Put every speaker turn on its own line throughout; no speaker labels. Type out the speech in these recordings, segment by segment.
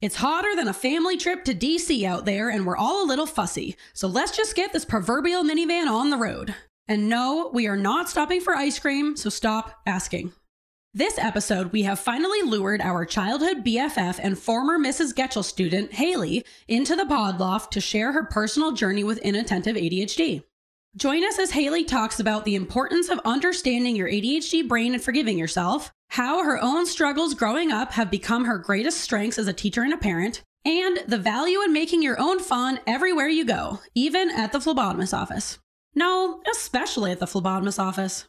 It's hotter than a family trip to DC out there, and we're all a little fussy. So let's just get this proverbial minivan on the road. And no, we are not stopping for ice cream, so stop asking. This episode, we have finally lured our childhood BFF and former Mrs. Getchell student, Haley, into the pod loft to share her personal journey with inattentive ADHD. Join us as Haley talks about the importance of understanding your ADHD brain and forgiving yourself, how her own struggles growing up have become her greatest strengths as a teacher and a parent, and the value in making your own fun everywhere you go, even at the phlebotomist office. No, especially at the phlebotomist office.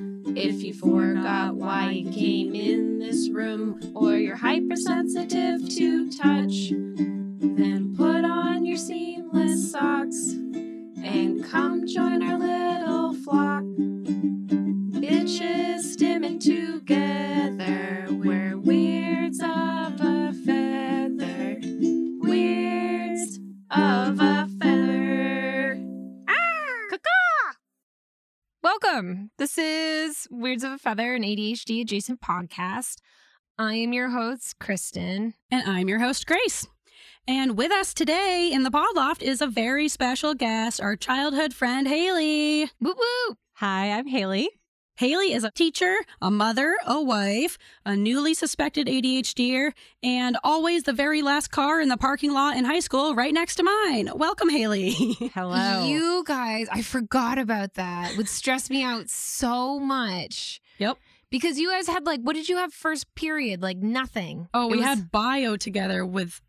if you forgot why you came in this room or you're hypersensitive to touch, then put on your seamless socks and come join our little flock. Bitches stimming together, we're weirds of a feather. Weirds of a feather.
Welcome. This is Weirds of a Feather, an ADHD adjacent podcast. I am your host, Kristen.
And I'm your host, Grace. And with us today in the pod loft is a very special guest, our childhood friend, Haley.
Woo woo.
Hi, I'm Haley.
Haley is a teacher, a mother, a wife, a newly suspected ADHDer, er, and always the very last car in the parking lot in high school right next to mine. Welcome, Haley.
Hello.
You guys, I forgot about that. Would stress me out so much.
Yep.
Because you guys had like, what did you have first period? Like nothing.
Oh,
It
we
was-
had bio together with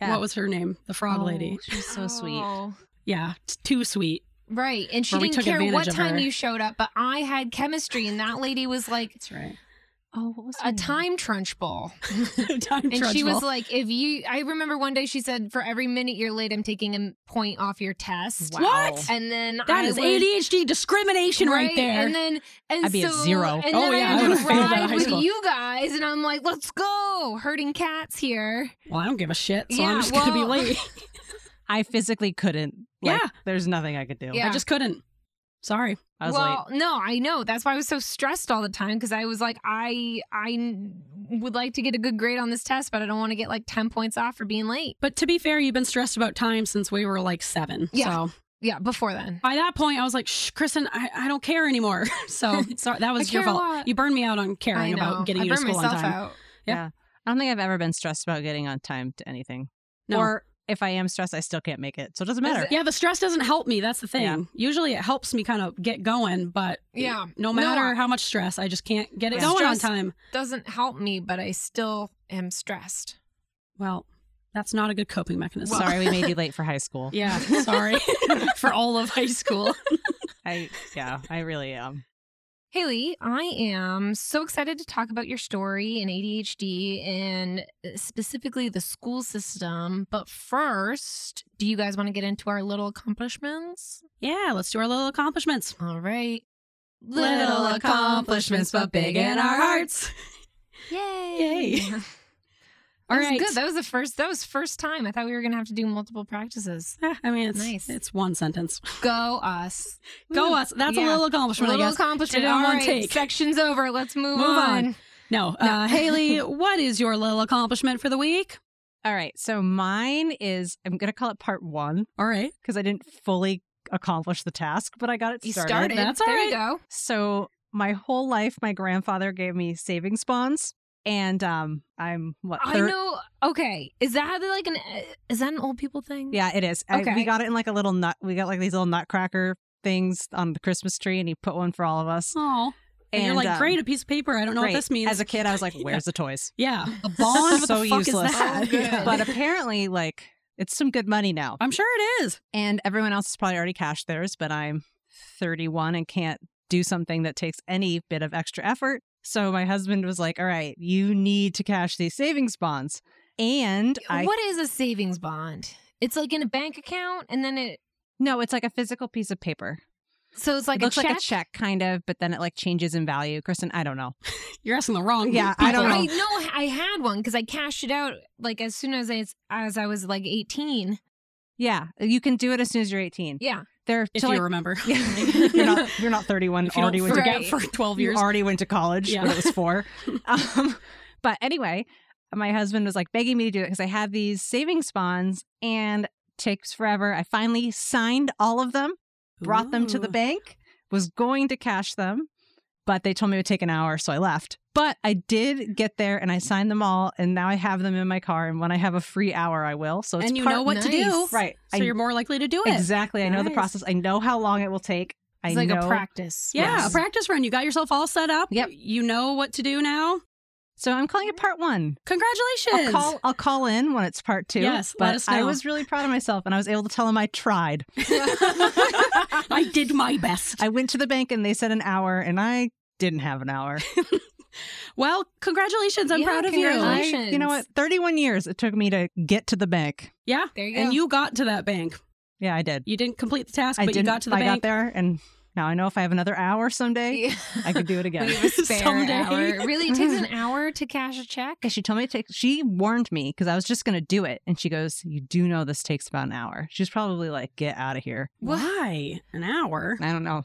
Yeah.
what was her name? The frog lady.
She's so sweet.
Oh,
Yeah, it's too sweet.
Right. And she
Where we
didn't
took
care
advantage
what
of
time
her.
you showed up, but I had chemistry, and that lady was like
That's right.
Oh, what was her
a
name?
time trunch ball.
Time
And she
trudgeable.
was like, if you, I remember one day she said, for every minute you're late, I'm taking a point off your test.
What?
And then
That
I
is
was-
ADHD discrimination right, there.
And then, and
I'd be
so,
at zero.
And
Oh,
then
yeah,
I
I
would
would've failed out of
ride
high
with
school.
you guys, and I'm like, let's go, herding cats here.
well, I don't give a shit, so I'm
Yeah,
just gonna be
well-
late.
I physically couldn't.
Yeah.
yeah. There's nothing I could do.
Yeah.
I just couldn't. Sorry.
I was
well, no, I know. That's why I was so stressed all the time because I was like, I, I n- would like to get a good grade on this test, but I don't want to get like ten points off for being late.
But to be fair, you've been stressed about time since we were like seven.
Yeah.
So
Yeah, before then.
by that point, I was like, Shh, Kristen, I, I don't care anymore. So, sorry, that was
I
your
care a
fault.
lot.
You burned me out on caring
I know.
about getting
I
you to
burned
school on
myself
time.
out.
yeah.
I don't think I've ever been stressed about getting on time to anything.
No.
Or if I am stressed, I still can't make it. So it doesn't
Is
matter.
it-
yeah, the stress doesn't help me. That's the thing.
Yeah.
Usually it helps me kind of get going, but
Yeah.
no
No,
matter
I-
how much stress, I just can't get it
Yeah.
going on
Stress-
time.
Doesn't help me, but I still am stressed.
Well, that's not a good coping mechanism.
Sorry, we made you late for high school.
Yeah, sorry for all of high school.
I yeah, I really am.
Haley, I am so excited to talk about your story and ADHD and uh, specifically the school system. But first, do you guys want to get into our little accomplishments?
Yeah, let's do our little accomplishments.
All right. Yay.
Yay.
All
All
right.
right.
Good. That was the first that was first time. I thought we were gonna have to do multiple practices.
Eh, I mean, it's
Nice.
it's one sentence.
Go us.
Go
Woo.
us. That's
Yeah.
a little accomplishment,
Little
I guess.
accomplishment.
Did it in
All
one
right,
take.
Section's over. Let's move,
Move on.
on.
No, Uh, Haley, what is your little accomplishment for the week?
All right. So mine is I'm gonna call it part one
All right.
because I didn't fully accomplish the task, but I got it
You
started.
started.
That's all
there
right.
you go.
So my whole life, my grandfather gave me savings bonds, and um, I'm what?
I
thir-
know. Okay, is that like an uh, is that an old people thing?
Yeah, it is. I-
Okay.
we got it in like a little nut. We got like these little nutcracker things on the Christmas tree, and he put one for all of us.
Oh, and, you're like,
um,
great, a piece of paper. I don't know
great.
what this means.
As a kid, I was like, "Where's the toys?"
yeah, a bond. what
So
the fuck
useless. Oh,
is that?
So good.
Yeah.
But apparently, like, it's some good money now,
I'm sure it is.
and everyone else has probably already cashed theirs. But I'm 31 and can't do something that takes any bit of extra effort. So my husband was like, "All right, you need to cash these savings bonds." And I
what is a savings bond? It's like in a bank account, and then it
no, it's like a physical piece of paper.
so it's like
it looks
a check.
like a check, kind of, but then it like changes in value. Kristen, I don't know.
You're asking the wrong
Yeah,
people.
I don't
I know I had one because I cashed it out like as soon as I as I was like eighteen.
Yeah, you can do it as soon as you're 18.
Yeah,
They're
If
to,
you
like,
remember.
you're not you're not 31.
If you
already
don't
went to
forget
Right.
for 12
you
years.
already went to college
Yeah.
when it was four. um, but anyway, my husband was like begging me to do it because I have these savings bonds and takes forever. I finally signed all of them, brought them to the
Ooh.
bank, was going to cash them, but they told me it would take an hour, so I left. But I did get there and I signed them all, and now I have them in my car. And when I have a free hour, I will. So it's
And you
part-
know what to do.
Nice.
right?
So
I-
you're more likely to do it.
exactly. I know the
Nice.
process. I know how long it will take.
it's
I
like
know
a practice.
Yeah,
Yes.
a practice run. You got yourself all set up.
Yep.
You know what to do now.
So I'm calling it part one. I'll
Congratulations.
call. I'll call in when it's part two.
Yes,
but
let us
I
know.
was really proud of myself, and I was able to tell them I tried.
I did my best.
I went to the bank, and they said an hour, and I didn't have an hour.
Well, congratulations. I'm
Yeah,
proud of you.
congratulations.
I- you know what? Thirty-one years it took me to get to the bank.
Yeah.
There you go.
And you got to that bank.
Yeah, I did.
You didn't complete the task,
I
but you
did.
got to the
I
bank.
got there, and now I know if I have another hour someday, I could do it
We
again.
have a spare
Someday.
hour. Really, it takes an hour to cash a check.
And she told me it takes. She warned me because I was just going to do it, and she goes, "You do know this takes about an hour." She's probably like, "Get out of here."
Why? An hour.
I don't know.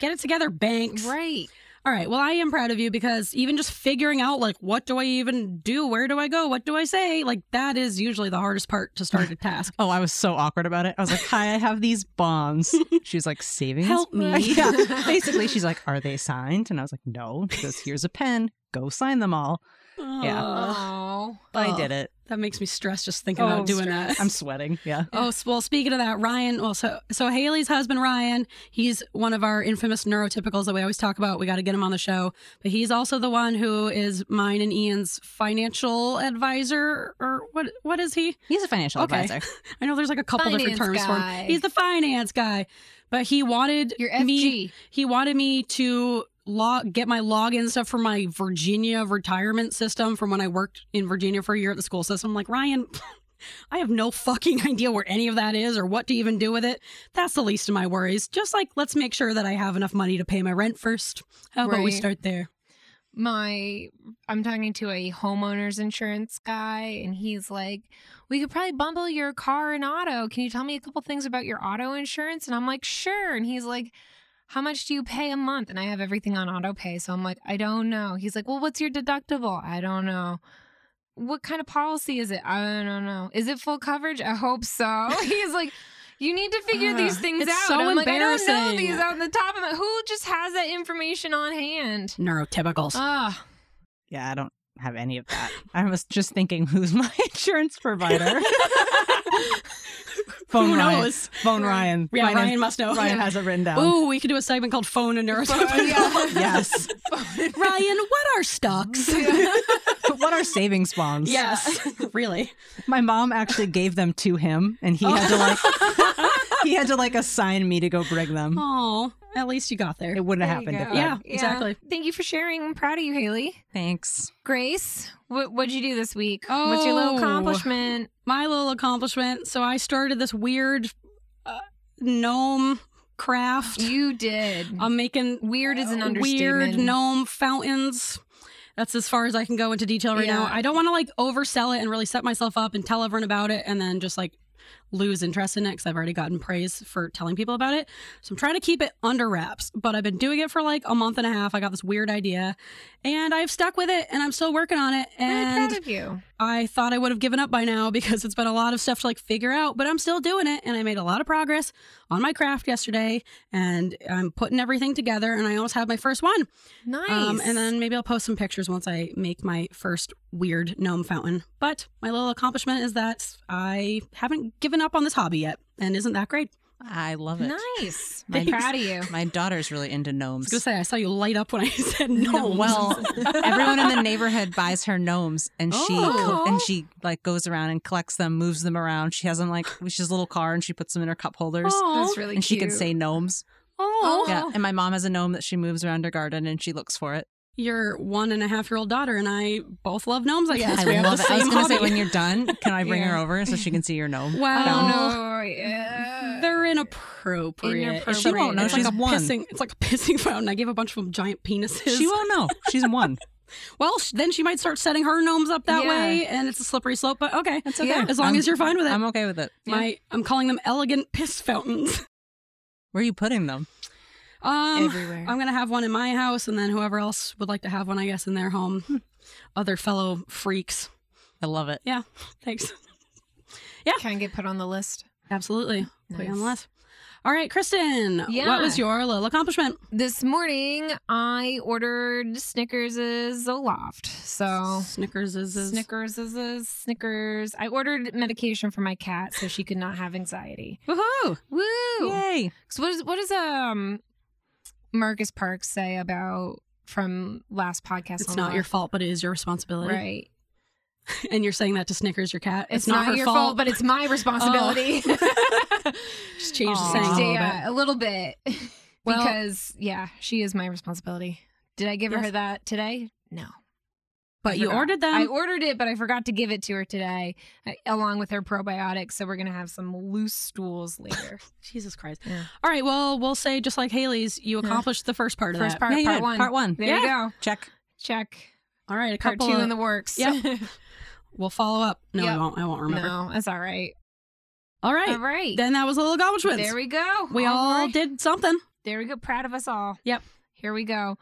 Get it together, banks.
Right.
All right. Well, I am proud of you because even just figuring out, like, what do I even do? Where do I go? What do I say? Like, that is usually the hardest part to start a task.
Oh, I was so awkward about it. I was like, "Hi, I have these bonds." She's like, "Savings."
Help me.
yeah. Basically, she's like, "Are they signed?" And I was like, "No." She goes, "Here's a pen. Go sign them all." Yeah.
Ugh.
Oh.
But I
Ugh.
did it.
That makes me stressed just thinking
Oh,
about doing that.
I'm sweating. Yeah.
Oh, s- well, speaking of that, Ryan, well, so, so Haley's husband, Ryan, he's one of our infamous neurotypicals that we always talk about. We got to get him on the show. But he's also the one who is mine and Ian's financial advisor, or what? what is he?
He's a financial
Okay.
advisor.
I know there's like a couple different
Finance
terms for
guy.
him. He's the finance guy. But he wanted
Your FG.
me he wanted me to log get my login stuff for my Virginia retirement system from when I worked in Virginia for a year at the school system. I'm like, Ryan, I have no fucking idea where any of that is or what to even do with it. That's the least of my worries. Just like, let's make sure that I have enough money to pay my rent first. How about we
Right.
start there?
my I'm talking to a homeowner's insurance guy and he's like, "We could probably bundle your car and auto. Can you tell me a couple things about your auto insurance?" And I'm like, "Sure." And he's like, "How much do you pay a month?" And I have everything on auto pay, so I'm like, "I don't know." He's like, "Well, what's your deductible?" I don't know. What kind of policy is it? I don't know. Is it full coverage? I hope so. He's like, you need to figure
Ugh,
these things
Ah, it's
out.
so
I'm like, I don't know
embarrassing.
these on the top of my. Who just has that information on hand?
Neurotypicals.
Uh,
Ah.
Yeah, I don't have any of that. I was just thinking, who's my insurance provider? Phone
Who
Ryan.
knows?
Phone Ryan.
Yeah,
Finance-
Ryan must know.
Ryan has it written down.
Ooh, we could do a segment called Phone and Neurotypicals.
Oh, Yes.
Ryan, what are stocks?
what are savings bonds?
yes, really.
My mom actually gave them to him, and he had to like he had to like assign me to go bring them.
Oh, at least you got there.
It wouldn't have
There you
happened. If
go.
I-
Yeah, exactly.
Thank you for sharing. I'm proud of you, Haley.
Thanks.
Grace, what what'd you do this week? What's your little
Oh.
accomplishment?
my little accomplishment. So I started this weird uh, gnome craft.
You did.
I'm making
Um, weird is an
uh,
understatement.
weird gnome fountains. That's as far as I can go into detail right now.
Yeah.
I don't want to like oversell it and really set myself up and tell everyone about it and then just like lose interest in it because I've already gotten praise for telling people about it. So I'm trying to keep it under wraps, but I've been doing it for like a month and a half. I got this weird idea and I've stuck with it and I'm still working on it.
really
And
proud of you.
I thought I would have given up by now because it's been a lot of stuff to like figure out, but I'm still doing it and I made a lot of progress on my craft yesterday and I'm putting everything together and I almost have my first one.
Nice.
Um, and then maybe I'll post some pictures once I make my first weird gnome fountain. But my little accomplishment is that I haven't given up on this hobby yet and isn't that great?
I love it.
nice.
My-
I'm proud of you.
My daughter's really into
I was
gnomes.
going to say, I saw you light up when I said no.
well, everyone in the neighborhood buys her gnomes, and she
Oh.
and she like goes around and collects them, moves them around. She has them like she has a little car, and she puts them in her cup holders,
That's really cute.
and she can say gnomes.
oh,
Yeah, and my mom has a gnome that she moves around her garden, and she looks for it.
Your one and a half year old daughter and I both love gnomes, I guess.
I
we have
love
the
it. I was
same
going to say,
hobby.
when you're done, can I bring her
Yeah.
over so she can see your gnome?
Wow.
Oh, yeah.
They're inappropriate.
Inappropriate.
She won't know.
It's
It's like
like
a
one.
pissing. It's like a pissing fountain. I gave a bunch of them giant penises.
She won't know. She's one.
Well, sh- then she might start setting her gnomes up that
Yeah.
way, and it's a slippery slope. But okay,
That's
okay. Yeah.
as long
I'm-
as you're fine with it.
I'm okay with it.
My, I'm calling them elegant piss fountains.
Where are you putting them?
Um,
Everywhere.
I'm gonna have one in my house, and then whoever else would like to have one, I guess, in their home. Other fellow freaks.
I love it.
Thanks.
Can I get put on the list?
Absolutely. Put you on the
Nice.
list. All right, Kristen.
Yeah.
What was your little accomplishment?
This morning, I ordered Snickers' Zoloft. So
Snickers is, is
Snickers is a Snickers. I ordered medication for my cat so she could not have anxiety.
Woohoo!
Woo!
Yay!
So what is what does um Marcus Parks say about from last podcast?
It's
on
not
Loft?
your fault, but it is your responsibility.
right.
And you're saying that to Snickers, your cat.
It's, not,
her
your fault. but it's my responsibility.
Just change the
Aw.
saying a little bit.
yeah, a little bit.
Well-
because yeah, she is my responsibility. Did I give her
Yes.
that today? No.
But you
forgot.
ordered them.
I ordered it, but I forgot to give it to her today, uh, along with her probiotics. So we're gonna have some loose stools later.
Jesus Christ.
Yeah.
All right. Well, we'll say just like Haley's, you
Yeah.
accomplished the first part of
First
that.
part,
Yeah, you
part
did.
one.
Part one.
There you go.
Check.
Check.
All right. A
Part
couple.
two
Of,
in the works.
Yep. we'll follow up. No, I
Yep.
won't. I won't remember.
no, that's all right.
All right.
All right.
Then that was a little accomplishments.
There we go.
We all
right.
did something.
There we go. Proud of us all.
Yep.
Here we go.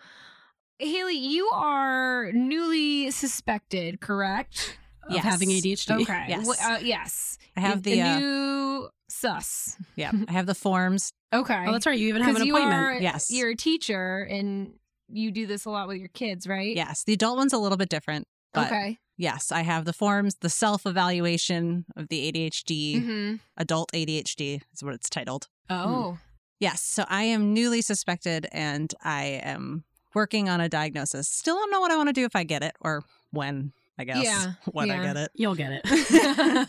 Haley, you are newly suspected, correct?
Of
Yes.
having ADHD.
Okay.
Yes.
Wh- uh, yes.
I have
A-
the,
a
uh,
new sus.
Yeah, I have the forms.
Okay.
Oh, that's right. You even have an
you
appointment.
are
Yes.
you're a teacher and you do this a lot with your kids, right?
Yes, the adult one's a little bit different, but
Okay.
yes, I have the forms, the self evaluation of the ADHD,
Mm-hmm.
adult ADHD is what it's titled.
Oh.
Yes, so I am newly suspected and I am working on a diagnosis. Still don't know what I want to do if I get it or when, I guess.
Yeah,
When I
yeah.
get it.
You'll get it.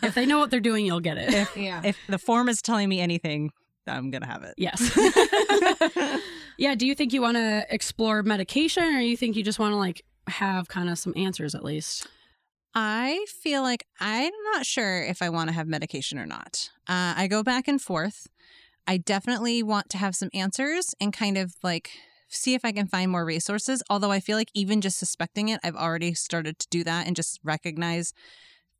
if they know what they're doing, you'll get it.
yeah.
If the form is telling me anything, I'm going to have it.
Yes. yeah. Do you think you want to explore medication or you think you just want to like have kind of some answers at least?
I feel like I'm not sure if I want to have medication or not. Uh, I go back and forth. I definitely want to have some answers and kind of like see if I can find more resources. Although I feel like even just suspecting it, I've already started to do that and just recognize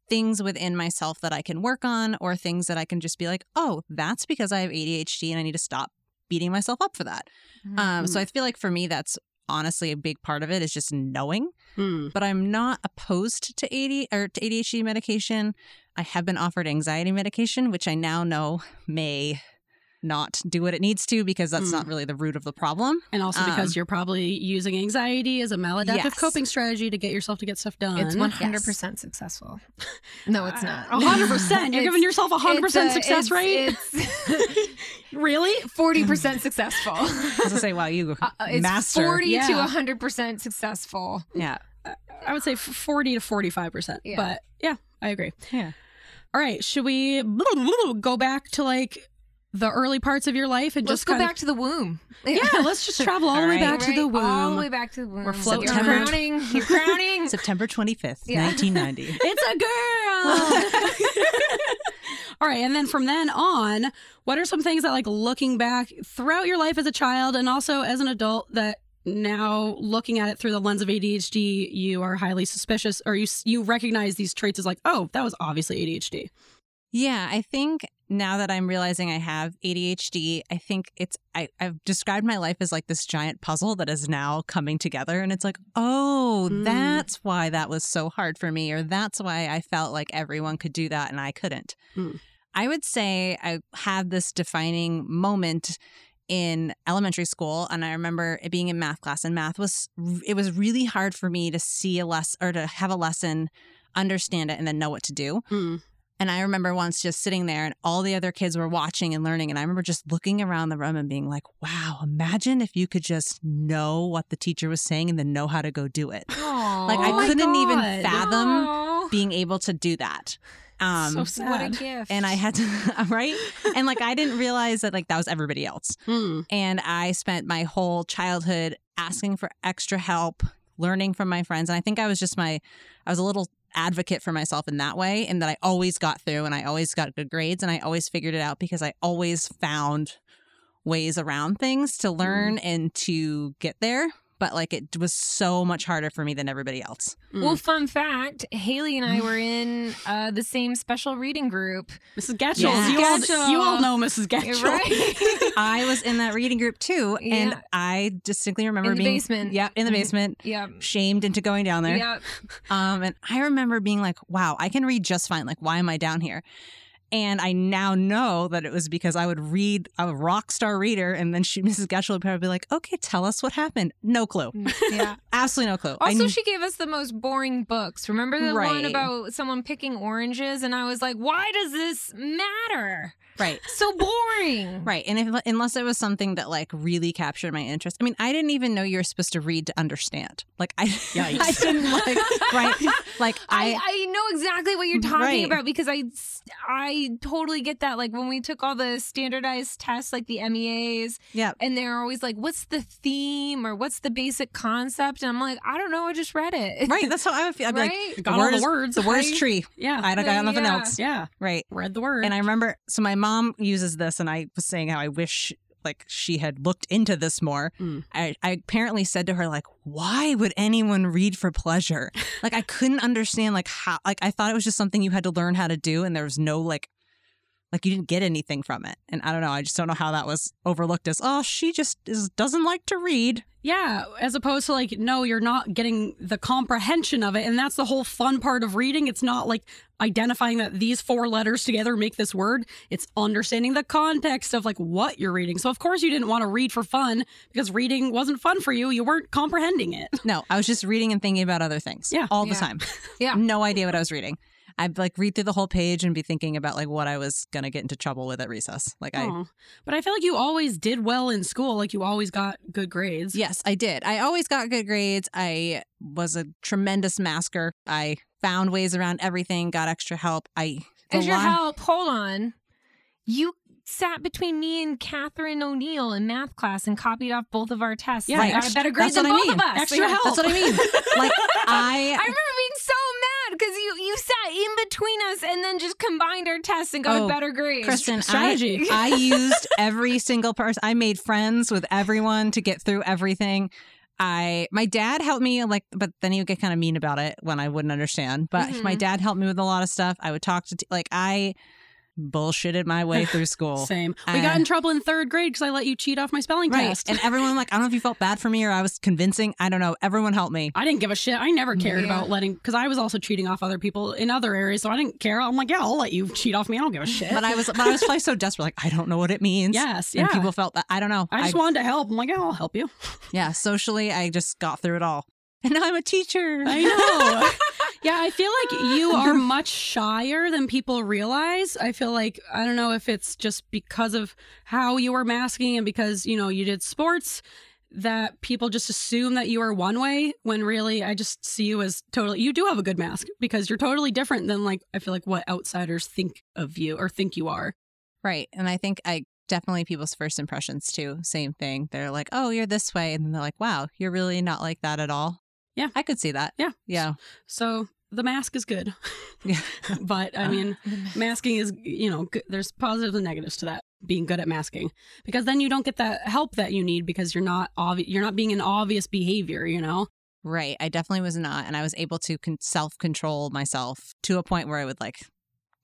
things within myself that I can work on or things that I can just be like, oh, that's because I have ADHD and I need to stop beating myself up for that. Um, so I feel like for me, that's honestly a big part of it is just knowing
Hmm.
but I'm not opposed to AD or to ADHD medication. I have been offered anxiety medication, which I now know may not do what it needs to because that's
Mm.
Hmm.
not really the root of the problem.
And also because
Um,
you're probably using anxiety as a maladaptive
Yes.
coping strategy to get yourself to get stuff done. Ah,
It's 100% successful. No, it's not.
A hundred percent. You're giving
It's-
yourself a hundred percent
it's a-
success
it's-
rate.
It's
really?
40% successful.
I was gonna say, wow, you
Uh, it's
master.
40 to
Yeah.
100% successful.
yeah,
I would say f- forty to forty-five percent.
Yeah.
But yeah, I agree.
Yeah.
All right. Should we go back to like the early parts of your life and
Let's
just
go
kind
back to the womb.
Of, yeah. Let's just travel all the
All
way
right.
back to the
Right? All the
womb.
way back to the womb.
We're floating
You're
around.
crowning. You're crowning.
September 25th,
Yeah.
1990.
It's a
Oh.
girl. All right, and then from then on, what are some things that like looking back throughout your life as a child and also as an adult that now looking at it through the lens of ADHD, you are highly suspicious or you you recognize these traits as like, "Oh, that was obviously ADHD."
Yeah, I think now that I'm realizing I have ADHD, I think it's I, I've described my life as like this giant puzzle that is now coming together and it's like, oh,
Mm.
that's why that was so hard for me, or that's why I felt like everyone could do that and I couldn't.
Mm.
I would say I had this defining moment in elementary school and I remember it being in math class and math was it was really hard for me to see a lesson or to have a lesson, understand it and then know what to do.
Mm.
And I remember once just sitting there and all the other kids were watching and learning. And I remember just looking around the room and being like, wow, imagine if you could just know what the teacher was saying and then know how to go do it. Like,
Oh
I
my
couldn't even
God.
fathom
Aw.
being able to do that.
so
Um,
sad.
What a gift.
and I had to, right? And like, I didn't realize that like that was everybody else.
Mm.
And I spent my whole childhood asking for extra help, learning from my friends. And I think I was just my, I was a little advocate for myself in that way, in that I always got through and I always got good grades and I always figured it out because I always found ways around things to learn
Mm-hmm.
and to get there. But like it was so much harder for me than everybody else.
Mm.
Well,
Hmm.
fun fact Haley and I were in uh, the same special reading group.
Mrs. Gatchels,
Yes.
you, all,
Gatchell.
you all know Mrs. Gatchell.
Right?
I was in that reading group too.
Yeah.
And I distinctly remember
In the
being
basement.
Yeah, in the
Mhm.
basement.
yep.
Shamed into going down there.
Yep.
Um, and I remember being like, wow, I can read just fine. Like, why am I down here? And I now know that it was because I would read a rock star reader, and then she, Mrs. Gatchel would probably be like, okay, tell us what happened. No clue.
Yeah.
Absolutely no clue. I
Also,
kn-
she gave us the most boring books. Remember the one
Right.
about someone picking oranges? And I was like, why does this matter?
right.
So boring.
Right. And if, unless it was something that like really captured my interest. I mean, I didn't even know you were supposed to read to understand. Like, I, I didn't like, right. Like,
I, I know exactly what you're talking
Right.
about because I I totally get that. Like when we took all the standardized tests, like the E MEAs,
yeah.
and they're always like, "What's the theme?" or "What's the basic concept?" And I'm like, "I don't know. I just read it.
Right. That's how I would feel. I'd be like,
Right?
Got all
word
the
is-
words.
the worst
right?
tree.
Yeah.
I don't got nothing
Yeah.
else.
Yeah.
Right.
Read the word.
And I remember, so my mom uses this, and I was saying how I wish like she had looked into this more.
Mm.
I, I apparently said to her like, "Why would anyone read for pleasure?" like I couldn't understand like how like I thought it was just something you had to learn how to do, and there was no like like you didn't get anything from it. And I don't know, I just don't know how that was overlooked as oh she just is, doesn't like to read.
Yeah, as opposed to like, no, you're not getting the comprehension of it. And that's the whole fun part of reading. It's not like identifying that these four letters together make this word, it's understanding the context of like what you're reading. So, of course, you didn't want to read for fun because reading wasn't fun for you. You weren't comprehending it.
No, I was just reading and thinking about other things.
Yeah.
all
Yeah.
the time.
Yeah.
no idea what I was reading. I'd like read through the whole page and be thinking about like what I was gonna get into trouble with at recess. Like I
Aw. But I feel like you always did well in school. Like, you always got good grades.
Yes, I did. I always got good grades. I was a tremendous masker. I found ways around everything, got extra help. I the
As your
li-
help, hold on. You sat between me and Catherine O'Neill in math class and copied off both of our tests.
Yeah,
I got a
ex-
better grade
that's
than
what I
both
mean.
of us.
Extra help.
That's what I mean. Like
I
I
remember being so mad because you you sat in between us and then just combined our tests and got a
Oh,
better grade.
Kristen,
strategy.
I, I used every single person. I made friends with everyone to get through everything. I my dad helped me like, but then he would get kind of mean about it when I wouldn't understand. But
Mhm.
my
Mm-hmm.
dad helped me with a lot of stuff. I would talk to t- like I bullshitted my way through school.
Same. we got
Uh,
in trouble in third grade because I let you cheat off my spelling test.
And everyone like, I don't know if you felt bad for me or I was convincing. I don't know. Everyone helped me.
I didn't give a shit. I never cared
Yeah.
about letting because I was also cheating off other people in other areas, so I didn't care. I'm like, yeah, I'll let you cheat off me. I don't give a shit.
But I was but I was probably so desperate, like, I don't know what it means.
yes, yeah.
And people felt that I don't know.
I just wanted to help. I'm like, yeah, I'll help you.
yeah, socially I just got through it all. And now I'm a teacher.
I know. yeah, I feel like you are much shyer than people realize. I feel like I don't know if it's just because of how you were masking and because you know you did sports that people just assume that you are one way when really I just see you as totally you do have a good mask because you're totally different than like I feel like what outsiders think of you or think you are.
Right. And I think I definitely people's first impressions too, same thing. They're like, Oh, you're this way and then they're like, Wow, you're really not like that at all.
Yeah.
I could see that.
Yeah.
Yeah.
So the mask is good.
Yeah.
but I mean masking is you know g- there's positives and negatives to that being good at masking because then you don't get the help that you need because you're not obvious you're not being in obvious behavior you know
Right. I definitely was not. And I was able to con- self control myself to a point where it would like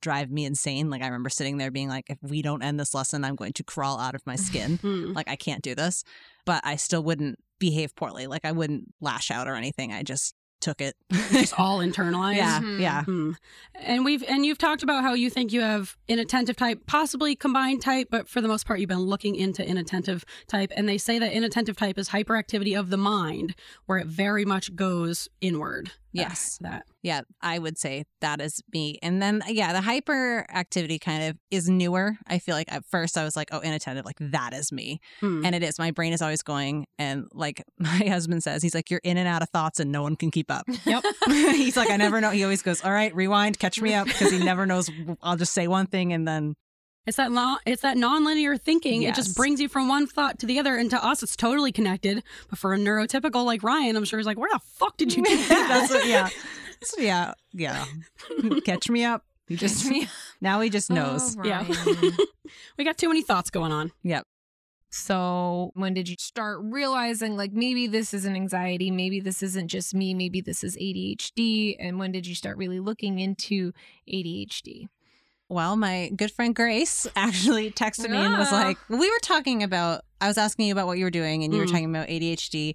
drive me insane. Like I remember sitting there being like, if we don't end this lesson, I'm going to crawl out of my skin.
Mm.
like I can't do this. But I still wouldn't behave poorly. Like I wouldn't lash out or anything. I just took it.
it's all internalized
yeah.
Mhm.
Yeah.
Hmm. and we've and you've talked about how you think you have inattentive type possibly combined type but for the most part you've been looking into inattentive type and they say that inattentive type is hyperactivity of the mind where it very much goes inward
Yes.
Uh, that
Yeah, I would say that is me. And then, yeah, the hyperactivity kind of is newer. I feel like at first I was like, oh, inattentive, like that is me.
Hmm.
And it is. My brain is always going. And like my husband says, he's like, you're in and out of thoughts and no one can keep up.
Yep.
he's like, I never know. He always goes, all right, rewind, catch me up because he never knows. I'll just say one thing and then
It's that lo- it's that nonlinear thinking. It
Yes.
just brings you from one thought to the other, and to us, it's totally connected. But for a neurotypical like Ryan, I'm sure he's like, "Where the fuck did you get that?"
That's what, yeah. So, yeah. Yeah. Catch me up. He just now he just knows.
Oh,
Yeah.
Ryan.
we got too many thoughts going on.
so when did you start realizing like maybe this is an anxiety, maybe this isn't just me, maybe this is ADHD, and when did you start really looking into ADHD?
Well, my good friend Grace actually texted me and was
Yeah.
like, "We were talking about. I was asking you about what you were doing, and you were
Mm.
talking about ADHD,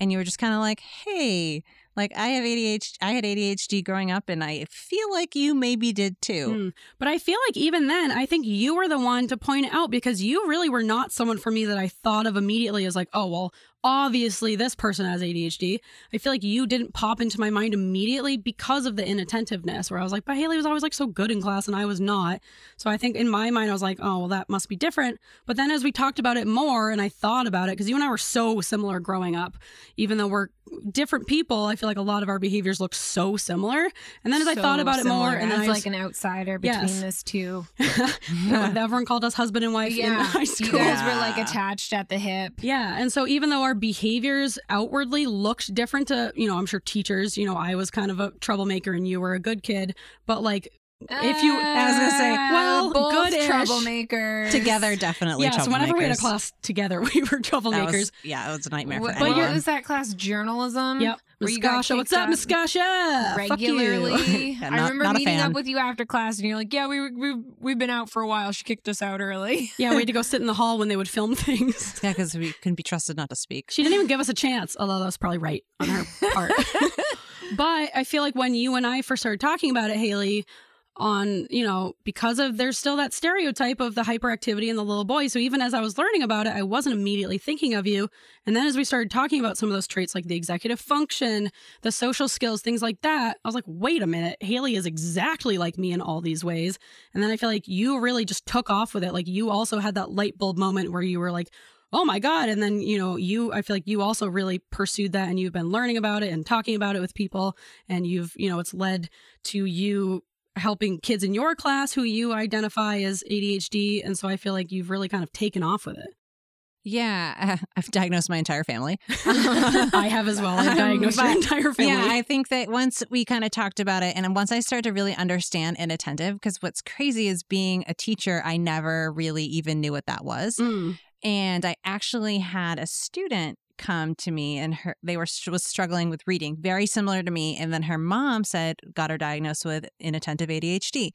and you were just kind of like, hey." Like I have ADHD, I had ADHD growing up, and I feel like you maybe did too.
Mm. But I feel like even then, I think you were the one to point it out because you really were not someone for me that I thought of immediately as like, oh, well, obviously this person has ADHD. I feel like you didn't pop into my mind immediately because of the inattentiveness, where I was like, but Haley was always like so good in class and I was not. So I think in my mind, I was like, oh, well, that must be different. But then as we talked about it more and I thought about it, because you and I were so similar growing up, even though we're different people, I feel like a lot of our behaviors look so similar. And then as I
So
thought about
similar,
it more, and then
as
I
like an outsider between
Yes.
this two,
when everyone called us husband and wife in high
you
school.
guys
Yeah.
were like
Yeah.
attached at the hip.
And so even though our behaviors outwardly looked different to, you know, I'm sure teachers, you know, I was kind of a troublemaker and you were a good kid, but like If you-
I was gonna say,
Ah,
well,
both
good-ish.
troublemakers
Together, definitely.
yeah, so whenever we had a
troublemakers.
class together, we were
That
troublemakers.
was, yeah, it was a nightmare for
What,
But
what
you're-
everyone.
was that class? Journalism.
yep.
Where you got
Miskasha, what's
kicked
up, Miskasha? Fuck you.
regularly.
Yeah,
I
not-
remember
not a
meeting up
fan.
with you after class, and you're like, "Yeah, we were- we we've been out for a while. She kicked us out early."
Yeah, we had to go sit in the hall when they would film things.
yeah, because we couldn't be trusted not to speak.
She didn't even give us a chance, although that was probably right on her part. but I feel like when you and I first started talking about it, Haley, on, you know, because of there's still that stereotype of the hyperactivity and the little boy. So even as I was learning about it, I wasn't immediately thinking of you. And then as we started talking about some of those traits, like the executive function, the social skills, things like that, I was like, wait a minute, Haley is exactly like me in all these ways. And then I feel like you really just took off with it. Like you also had that light bulb moment where you were like, oh my god and then you know you i feel like you also really pursued that and you've been learning about it and talking about it with people and you've you know it's led to you helping kids in your class who you identify as adhd and so i feel like you've really kind of taken off with it
Yeah, I've diagnosed my entire family.
i have as well i've diagnosed your
But-
entire family
Yeah, I think that once we kind of talked about it, and once I started to really understand inattentive, because what's crazy is being a teacher, I never really even knew what that was.
Mm.
And I actually had a student come to me, and her they were was struggling with reading, very similar to me. And then her mom said got her diagnosed with inattentive ADHD.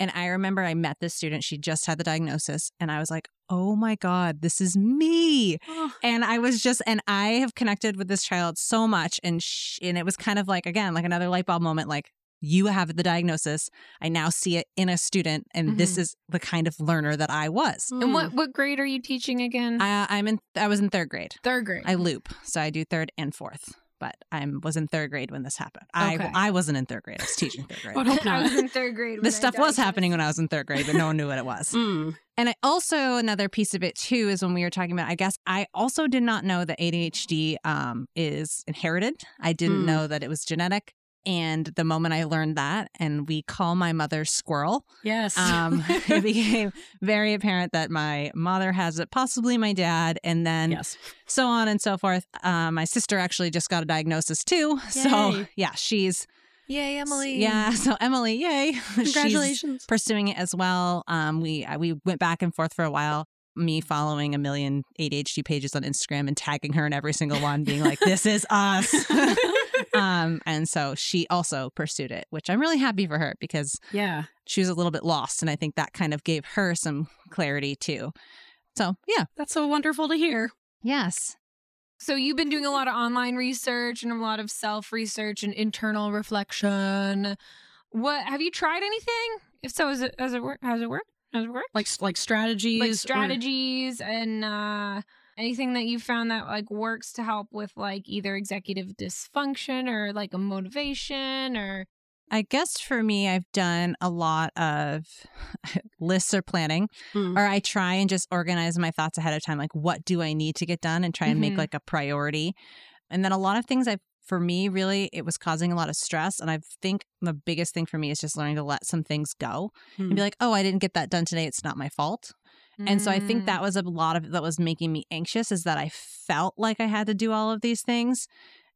And I remember I met this student; she just had the diagnosis, and I was like, "Oh my god, this is me!"
Oh,
and I was just and I have connected with this child so much and sh- and it was kind of like again like another light bulb moment like you have the diagnosis I now see it in a student and this
Mhm.
is the kind of learner that I was
and what what grade are you teaching again?
I I'm in I was in third grade
Third grade.
I loop so I do third and fourth but I was in third grade when this happened
Okay.
I I wasn't in third grade I was teaching
I
third
would
grade
hope
I
not
was in third grade.
this stuff was happening when
I
I was in third grade but no one knew what it was
Mm.
and I also another piece of it too is when we were talking about. I guess I also did not know that ADHD um, is inherited. I didn't
Hmm.
know that it was genetic. And the moment I learned that, and we call my mother Squirrel,
yes
um, it became very apparent that my mother has it, possibly my dad, and then
yes
so on and so forth. Uh, my sister actually just got a diagnosis too. So
Yay.
yeah, she's
Yay, Emily.
Yeah, so Emily, yay! She's-
congratulations
pursuing it as well. Um, we I- we went back and forth for a while. Me following a million ADHD pages on Instagram and tagging her in every single one, being like, "This is us." um, and so she also pursued it, which I'm really happy for her because
yeah
she was a little bit lost, and I think that kind of gave her some clarity too. So yeah,
that's so wonderful to hear
yes,
So you've been doing a lot of online research and a lot of self research and internal reflection. What have you tried anything? If so, is it has it work? Has it worked? Has it worked?
like like strategies
like
or-
strategies and uh anything that you found that like works to help with like either executive dysfunction or like a motivation or
I guess for me, I've done a lot of lists or planning.
Mm.
or I try and just organize my thoughts ahead of time. Like, what do I need to get done and try and
Mhm.
make like a priority. And then a lot of things I've for me, really, it was causing a lot of stress. And I think the biggest thing for me is just learning to let some things go and be like, oh, I didn't get that done today. It's not my fault. And so I
Mm.
think that was a lot of that was making me anxious is that I felt like I had to do all of these things.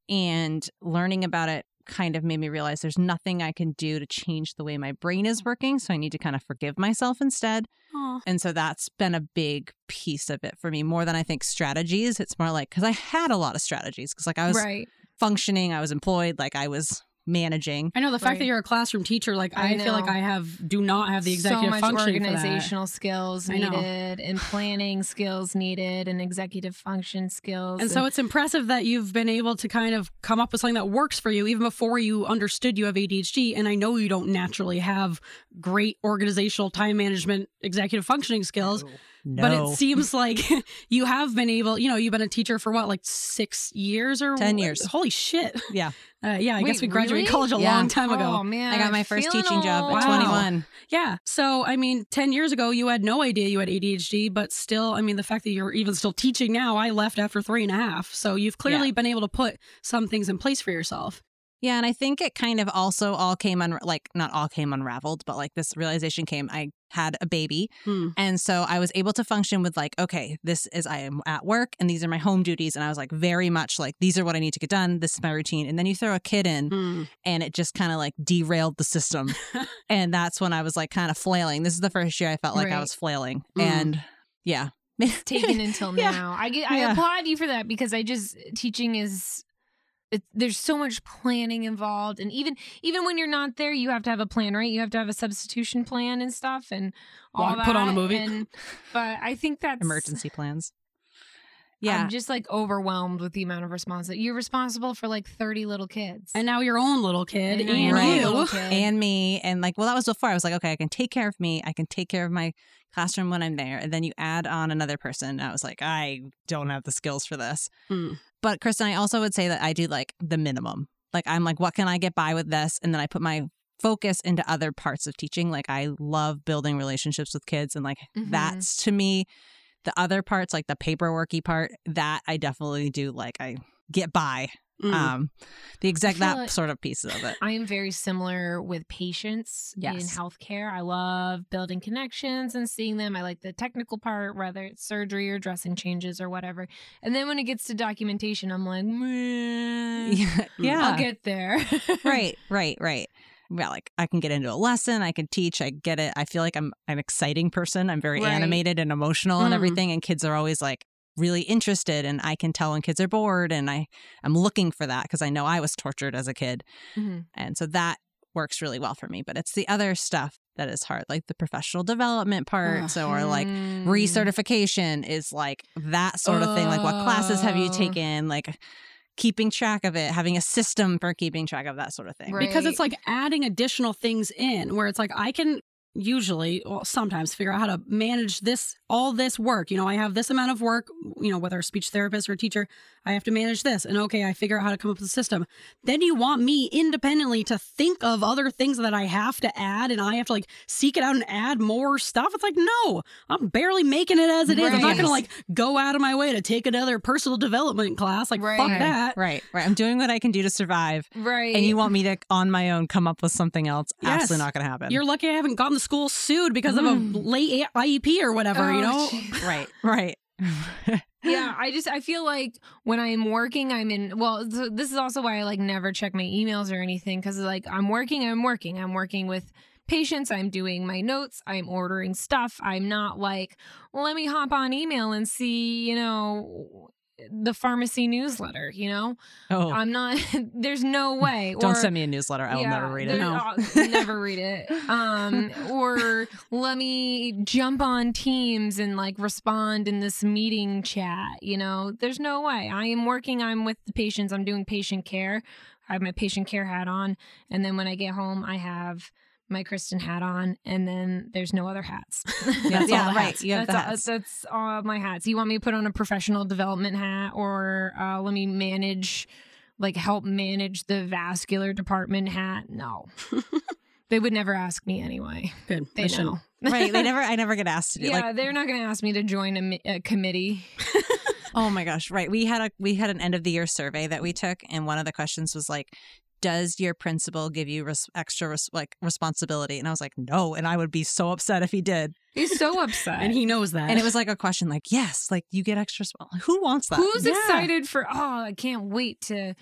And learning about it kind of made me realize there's nothing I can do to change the way my brain is working. So I need to kind of forgive myself instead.
Aw.
And so that's been a big piece of it for me more than I think strategies. It's more like because I had a lot of strategies because like I was
right.
functioning, I was employed, like I was managing.
I know the fact that
Right.
you're a classroom teacher, like I,
I
feel like
know.
I have do not have the executive
so much
function. For
organizational skills
I know.
needed and planning skills needed and executive function skills.
that. And so it's impressive that you've been able to kind of come up with something that works for you even before you understood you have ADHD. And I know you don't naturally have great organizational time management executive functioning skills,
No.
but it seems like you have been able, you know, you've been a teacher for what, like six years or
10 years.
Holy shit.
Yeah.
Uh, yeah, I guess
Wait,
we graduated
really?
college a
Yeah.
long time ago.
Oh man,
I got my
I'm
first
feeling
teaching job at
Wow.
old.
21.
Yeah. So, I mean, 10 years ago, you had no idea you had ADHD, but still, I mean, the fact that you're even still teaching now, I left after three and a half. So, you've clearly been able to put some things in place for yourself.
Yeah, and I think it kind of also all came un like not all came unraveled, but like this realization came. I had a baby,
Hmm.
and so I was able to function with like, okay, this is I am at work, and these are my home duties, and I was like very much like these are what I need to get done. This is my routine, and then you throw a kid in,
Hmm.
and it just kind of like derailed the system, and that's when I was like kind of flailing. This is the first year I felt like I
Right.
was flailing,
Mm.
and yeah,
taken until
Yeah.
now. I get, I
Yeah.
applaud you for that because I just teaching is it, there's so much planning involved, and even even when you're not there, you have to have a plan, right? You have to have a substitution plan and stuff, and all
Well, put on a
that,
movie.
and- but I think that's
emergency plans.
Yeah,
Yeah,
I'm just like overwhelmed with the amount of response that you're responsible for, like 30 little kids,
And now your own little kid and,
now you're
Right.
a
you.
little kid.
and me and like well that was before i was like okay i can take care of me i can take care of my classroom when i'm there and then you add on another person and i was like i don't have the skills for this
Hmm.
but kristen i also would say that i do like the minimum like i'm like what can i get by with this and then i put my focus into other parts of teaching like i love building relationships with kids and like
Mhm.
that's to me the other parts like the paperworky part that i definitely do like i get by
Hmm.
um the exact
feel
that
like-
sort of pieces of it
I am very similar with patients in
Yes.
healthcare. I love building connections and seeing them. I like the technical part, whether it's surgery or dressing changes or whatever. And then when it gets to documentation, I'm like, "Meh,
yeah,
Hmm, I'll get there.
right, right, right. Yeah, like I can get into a lesson, I can teach, I get it. I feel like I'm an exciting person. I'm very
Right.
animated and emotional
Mm.
and everything. And kids are always like really interested and I can tell when kids are bored and I I'm looking for that because I know I was tortured as a kid.
Mhm.
And so that works really well for me. But it's the other stuff that is hard, like the professional development part.
Ugh.
So or like
Mm.
recertification is like that sort of thing like what classes have you
Oh.
taken like keeping track of it having a system for keeping track of that sort of thing
Right.
because it's like adding additional things in where it's like I can usually well sometimes figure out how to manage this all this work you know i have this amount of work you know whether a speech therapist or a teacher i have to manage this and okay i figure out how to come up with a system then you want me independently to think of other things that i have to add and i have to like seek it out and add more stuff it's like no i'm barely making it as it is. i'm not
Right.
gonna like go out of my way to take another personal development class like fuck
Right.
that
right right i'm doing what i can do to survive
right.
and you want me to on my own come up with something else
Yes.
absolutely not gonna happen
You're lucky I haven't gotten the school sued because of a
Mm.
late A- IEP or whatever,
Oh,
you know?
jeez.
right right
yeah i just i feel like when i'm working i'm in well so this is also why i like never check my emails or anything because like i'm working i'm working i'm working with patients i'm doing my notes i'm ordering stuff i'm not like well, let me hop on email and see you know the pharmacy newsletter you know
oh Hmm.
i'm not there's no way
don't
or,
send me a newsletter i will never read it
there-
No.
I'll never read it. Um, or let me jump on Teams and like respond in this meeting chat. You know, there's no way. I am working. I'm with the patients. I'm doing patient care. I have my patient care hat on, and then when I get home, I have my Kristen hat on, and then there's no other hats.
yeah,
that's all the
right
hats.
you have
that's
the
all,
hats.
that's all my hats. You want me to put on a professional development hat, or uh, let me manage, like help manage the vascular department hat? No, they would never ask me anyway.
Good.
They
I
know.
shouldn't.
right they never i never get asked to do
yeah,
like
they're not going to ask me to join a, mi- a committee.
Oh my gosh, right. We had a we had an end of the year survey that we took and one of the questions was like does your principal give you res- extra res- like responsibility? And I was like, "No." And I would be so upset if he did.
He's so upset.
And he knows that.
And it was like a question like, "Yes, like you get extra resp- Who wants that?"
Who's
Yeah.
excited for? Oh, I can't wait to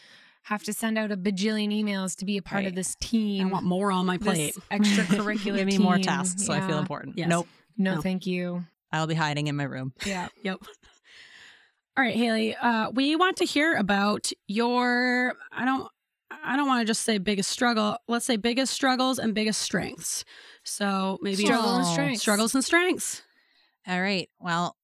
have to send out a bajillion emails to be a part
Right.
of this
I
team.
want more on my plate.
this extracurricular.
Give me more
team.
tasks so I feel
Yeah.
important.
Yes.
Nope.
No,
No.
thank you.
I'll be hiding in my room.
Yeah.
Yep. All right, Haley. Uh, we want to hear about your. I don't. I don't want to just say biggest struggle. Let's say biggest struggles and biggest strengths. So maybe
Struggle and
Oh,
strength.
struggles and strengths.
All right. Well,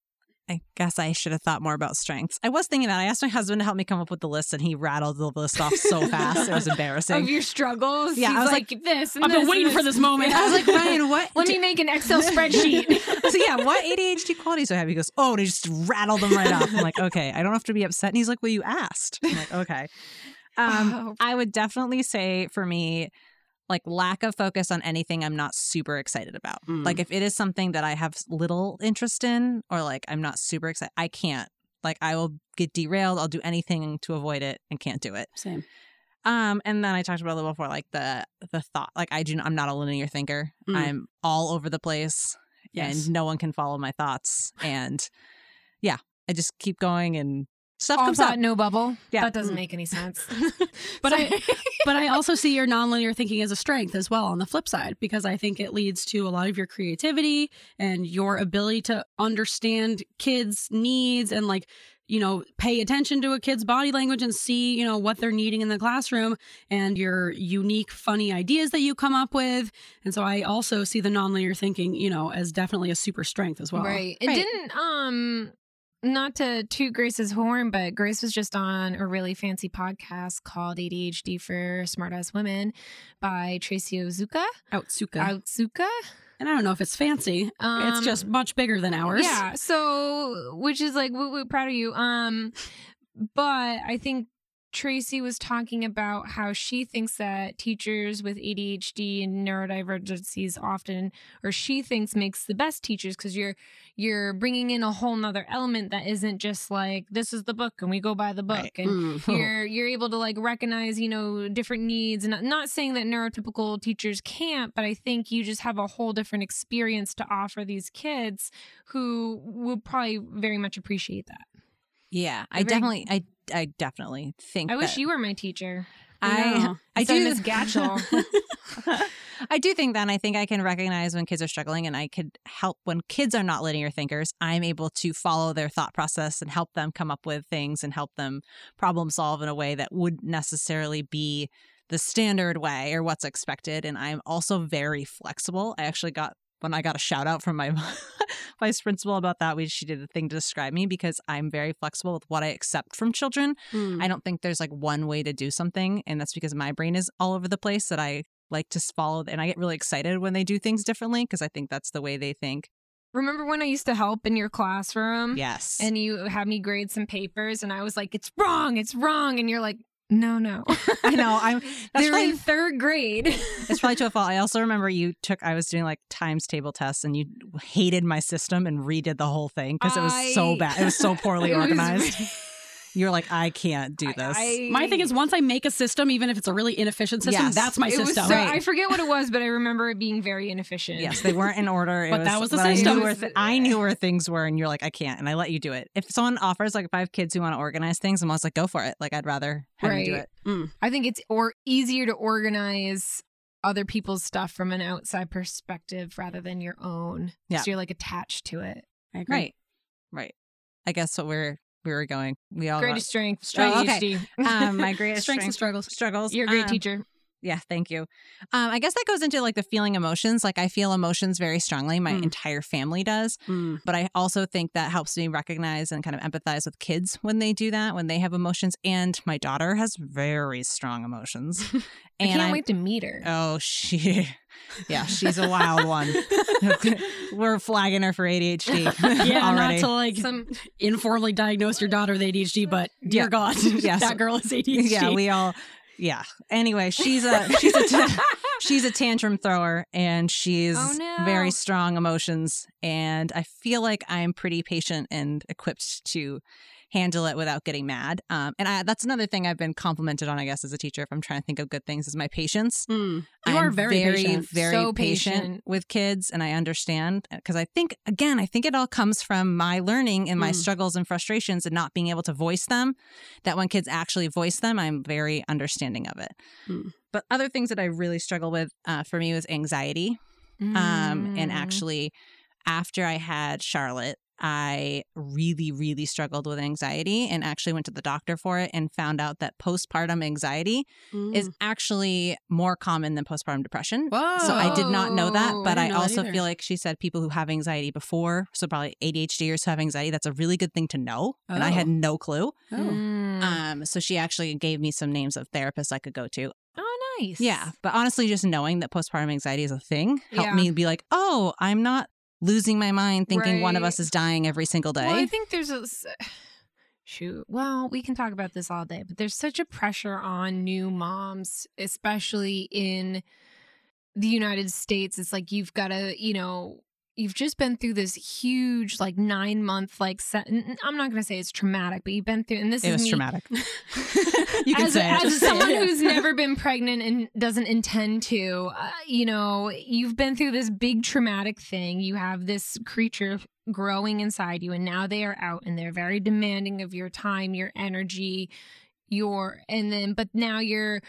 I guess I should have thought more about strengths. I was thinking that. I asked my husband to help me come up with the list, and he rattled the list off so fast. It was
Of
embarrassing.
your struggles.
Yeah,
He's
I was
like, this. And
I've been
and
waiting for this moment.
I was like, Ryan, what?
Let me make an Excel spreadsheet.
so, yeah, what ADHD qualities do I have? He goes, Oh, and he just rattled them right off. I'm like, Okay, I don't have to be upset. And he's like, Well, you asked. I'm like, Okay. Um,
Wow.
I would definitely say for me, like lack of focus on anything I'm not super excited about.
Mm.
Like if it is something that I have little interest in or like I'm not super excited, I can't. Like I will get derailed. I'll do anything to avoid it and can't do it.
Same.
Um, and then I talked about a little before, like the the thought. Like I do. I'm not a linear thinker.
Mm.
I'm all over the place,
Yes.
and no one can follow my thoughts. And yeah, I just keep going and stuff
All
comes
thought,
up.
no bubble.
Yeah.
That doesn't
Mm.
make any sense.
But I-
Sorry.
but I also see your nonlinear thinking as a strength as well on the flip side, because I think it leads to a lot of your creativity and your ability to understand kids' needs and like, you know, pay attention to a kid's body language and see, you know, what they're needing in the classroom and your unique, funny ideas that you come up with. And so I also see the nonlinear thinking, you know, as definitely a super strength as well.
Right. It
Right.
didn't um not to toot Grace's horn, but Grace was just on a really fancy podcast called ADHD for Smartass Women by Tracy Ozuka.
Outsuka.
Ozuka.
and I don't know if it's fancy.
Um,
it's just much bigger than ours.
Yeah. So, which is like, woo woo, proud of you. Um, but I think Tracy was talking about how she thinks that teachers with ADHD and neurodivergencies often, or she thinks makes the best teachers because you're you're bringing in a whole nother element that isn't just like this is the book and we go by the book
Right.
and
Mm.
Oh.
you're you're able to like recognize you know different needs and not saying that neurotypical teachers can't but i think you just have a whole different experience to offer these kids who will probably very much appreciate that
Yeah, I
You're very-
definitely, I, I definitely think.
i wish
that-
you were my teacher
I,
know.
I
Instead of
do
Miss
Gatchel.
I do think that and I think I can recognize when kids are struggling and I could help when kids are not linear thinkers. I'm able to follow their thought process and help them come up with things and help them problem solve in a way that wouldn't necessarily be the standard way or what's expected and I'm also very flexible. I actually got when I got a shout out from my vice principal about that, we she did a thing to describe me because I'm very flexible with what I accept from children
Mm.
I don't think there's like one way to do something. And that's because my brain is all over the place that I like to follow. And I get really excited when they do things differently because I think that's the way they think.
remember when i used to help in your classroom
Yes.
and you had me grade some papers and i was like it's wrong it's wrong and you're like no no
I know. I'm, that's
they're
probably,
in third grade
it's probably to a fault. I also remember you took, I was doing like times table tests and you hated my system and redid the whole thing because it was so
I-
bad. It was so poorly
It was
organized.
really-
you were like, I can't do this.
I-
My thing is, once I make a system, even if it's a really inefficient system,
Yes.
that's my
it was
system.
so, I forget what it was, but I remember it being very inefficient.
Yes, they weren't in order. It
But that was the
but I knew
system.
where th- I knew where things were, and you're like, I can't, and I let you do it. If someone offers, like, if I have kids who want to organize things, I'm always like, go for it. Like, I'd rather have you do
Right.
it.
I think it's or easier to organize other people's stuff from an outside perspective rather than your own.
Yeah.
So you're like attached to it.
I agree.
Right, right. I guess what we're we were going. We all
Greatest strength,
Oh,
strength,
okay. um, my greatest
Strengths and
strength
struggles.
struggles.
You're a great
um,
teacher.
Yeah, thank you. Um, I guess that goes into like the feeling emotions. Like I feel emotions very strongly. My
Mm.
entire family does.
Mm.
but I also think that helps me recognize and kind of empathize with kids when they do that, when they have emotions. And my daughter has very strong emotions.
I can't
I'm-
wait to meet her.
Oh, she, yeah, she's a wild one. We're flagging her for ADHD
Yeah,
already.
not to like
Some
informally diagnose your daughter with ADHD, but dear
Yeah.
God,
Yes.
that girl is ADHD.
yeah, we all. Yeah. Anyway, she's a she's a she's a tantrum thrower and she's
Oh, no.
very strong emotions. And I feel like I'm pretty patient and equipped to handle it without getting mad. Um, and I, that's another thing I've been complimented on, I guess, as a teacher. If I'm trying to think of good things, is my patience.
Mm.
I'm
You are very,
very,
patient.
very
So
patient,
patient.
with kids, and I understand because I think again, I think it all comes from my learning and my
Mm.
struggles and frustrations, and not being able to voice them. That when kids actually voice them, I'm very understanding of it.
Mm.
But other things that I really struggle with uh, for me was anxiety um and
Mm.
actually after i had charlotte i really really struggled with anxiety and actually went to the doctor for it and found out that postpartum anxiety is
Mm.
actually more common than postpartum depression so i did not know that
Whoa, I
but
didn't
i,
know that
also
either.
feel like she said people who have anxiety before so probably adhders who have anxiety that's a really good thing to know and i
Oh.
had no clue
Oh.
Mm.
um so she actually gave me some names of therapists i could go to
oh, nice.
yeah, but honestly, just knowing that postpartum anxiety is a thing helped
Yeah.
me be like, oh, I'm not losing my mind thinking one of
Right.
us is dying every single day.
Well, I think there's a s- shoot. Well, we can talk about this all day, but there's such a pressure on new moms, especially in the United States. It's like you've got to, you know, you've just been through this huge, like nine month, like se- n- n- I'm not going to say it's traumatic, but you've been through, and this
it
is
was
me-
traumatic. you can
as,
say it.
as
Just say
someone
it.
who's never been pregnant and doesn't intend to, uh, you know, you've been through this big traumatic thing. You have this creature growing inside you, and now they are out and they're very demanding of your time, your energy, your, and then, but now you're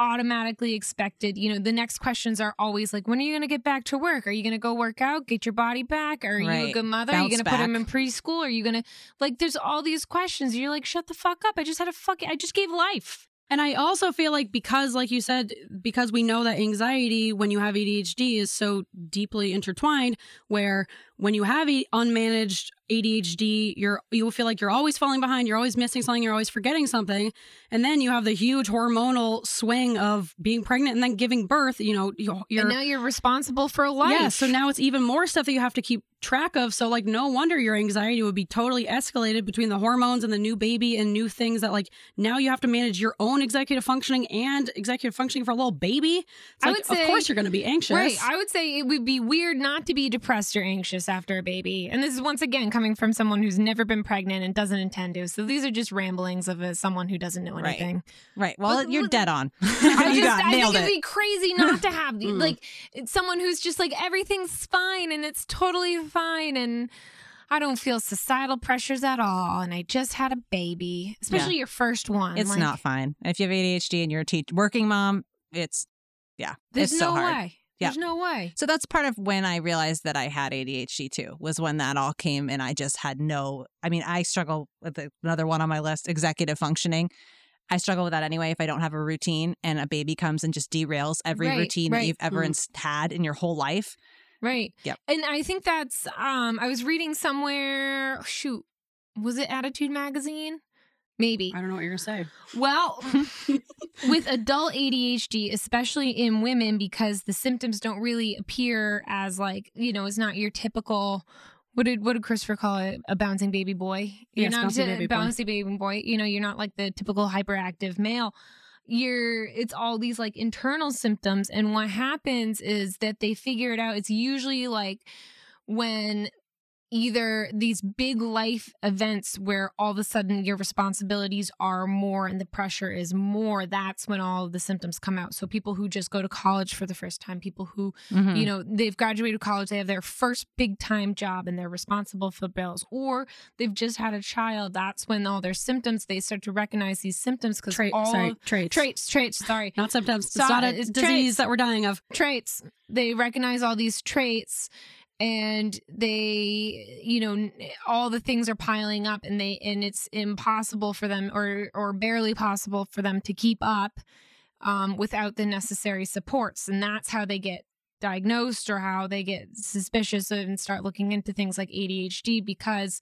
automatically expected you know the next questions are always like when are you going to get back to work are you going to go work out get your body back are you a
Right.
good mother are you
Bounce
going to put him in
back.
preschool are you going to like there's all these questions you're like shut the fuck up i just had a fucking i just gave life
And I also feel like because, like you said, because we know that anxiety when you have ADHD is so deeply intertwined, where when you have a- unmanaged ADHD, you're you will feel like you're always falling behind, you're always missing something, you're always forgetting something, and then you have the huge hormonal swing of being pregnant and then giving birth. You know, you- you're
and now you're responsible for a life
Yeah, so now it's even more stuff that you have to keep track of. So like no wonder your anxiety would be totally escalated between the hormones and the new baby and new things that like now you have to manage your own executive functioning and executive functioning for a little baby. It's
I
like,
would say-
of course you're going to be anxious.
Right. I would say it would be weird not to be depressed or anxious after a baby. And this is once again coming from someone who's never been pregnant and doesn't intend to. So these are just ramblings of a, someone who doesn't know
Right.
anything.
right. Well,
But-
you're dead on.
I
you
just,
got
I
nailed
think
it.
it'd be crazy not to have the,
Mm.
like it's someone who's just like everything's fine and it's totally fine and I don't feel societal pressures at all and I just had a baby, especially your first one.
it's
Like,
not fine. If you have ADHD and you're a teach- working mom, it's yeah,
There's
it's
no
so hard.
way.
Yeah.
There's no way.
So that's part of when I realized that I had ADHD too, was when that all came and I just had no. I mean, I struggle with the- another one on my list executive functioning. I struggle with that anyway if I don't have a routine and a baby comes and just derails every
Right,
routine
right.
that you've ever
Mm.
ins- had in your whole life.
Right.
Yep.
And I think that's um I was reading somewhere shoot, was it Attitude magazine? Maybe.
I don't know what you're going to say.
Well, with adult ADHD, especially in women, because the symptoms don't really appear as like you know, it's not your typical. What did what did Christopher call it? A bouncing baby boy.
Yes,
not
bouncing
a
baby boy.
bouncy baby boy. You know, you're not like the typical hyperactive male. You're it's all these like internal symptoms, and what happens is that they figure it out. It's usually like when either these big life events where all of a sudden your responsibilities are more and the pressure is more that's when all of the symptoms come out so people who just go to college for the first time people who
Hmm.
Mm-hmm.
you know they've graduated college they have their first big time job and they're responsible for bills or they've just had a child that's when all their symptoms they start to recognize these symptoms because
Trait,
all
sorry, traits.
traits traits sorry
Not symptoms. It's
Sorry,
not a
it's
disease
traits.
that we're dying of.
traits. They recognize all these traits and they you know n- all the things are piling up and they and it's impossible for them or or barely possible for them to keep up um, without the necessary supports and that's how they get diagnosed or how they get suspicious and start looking into things like ADHD because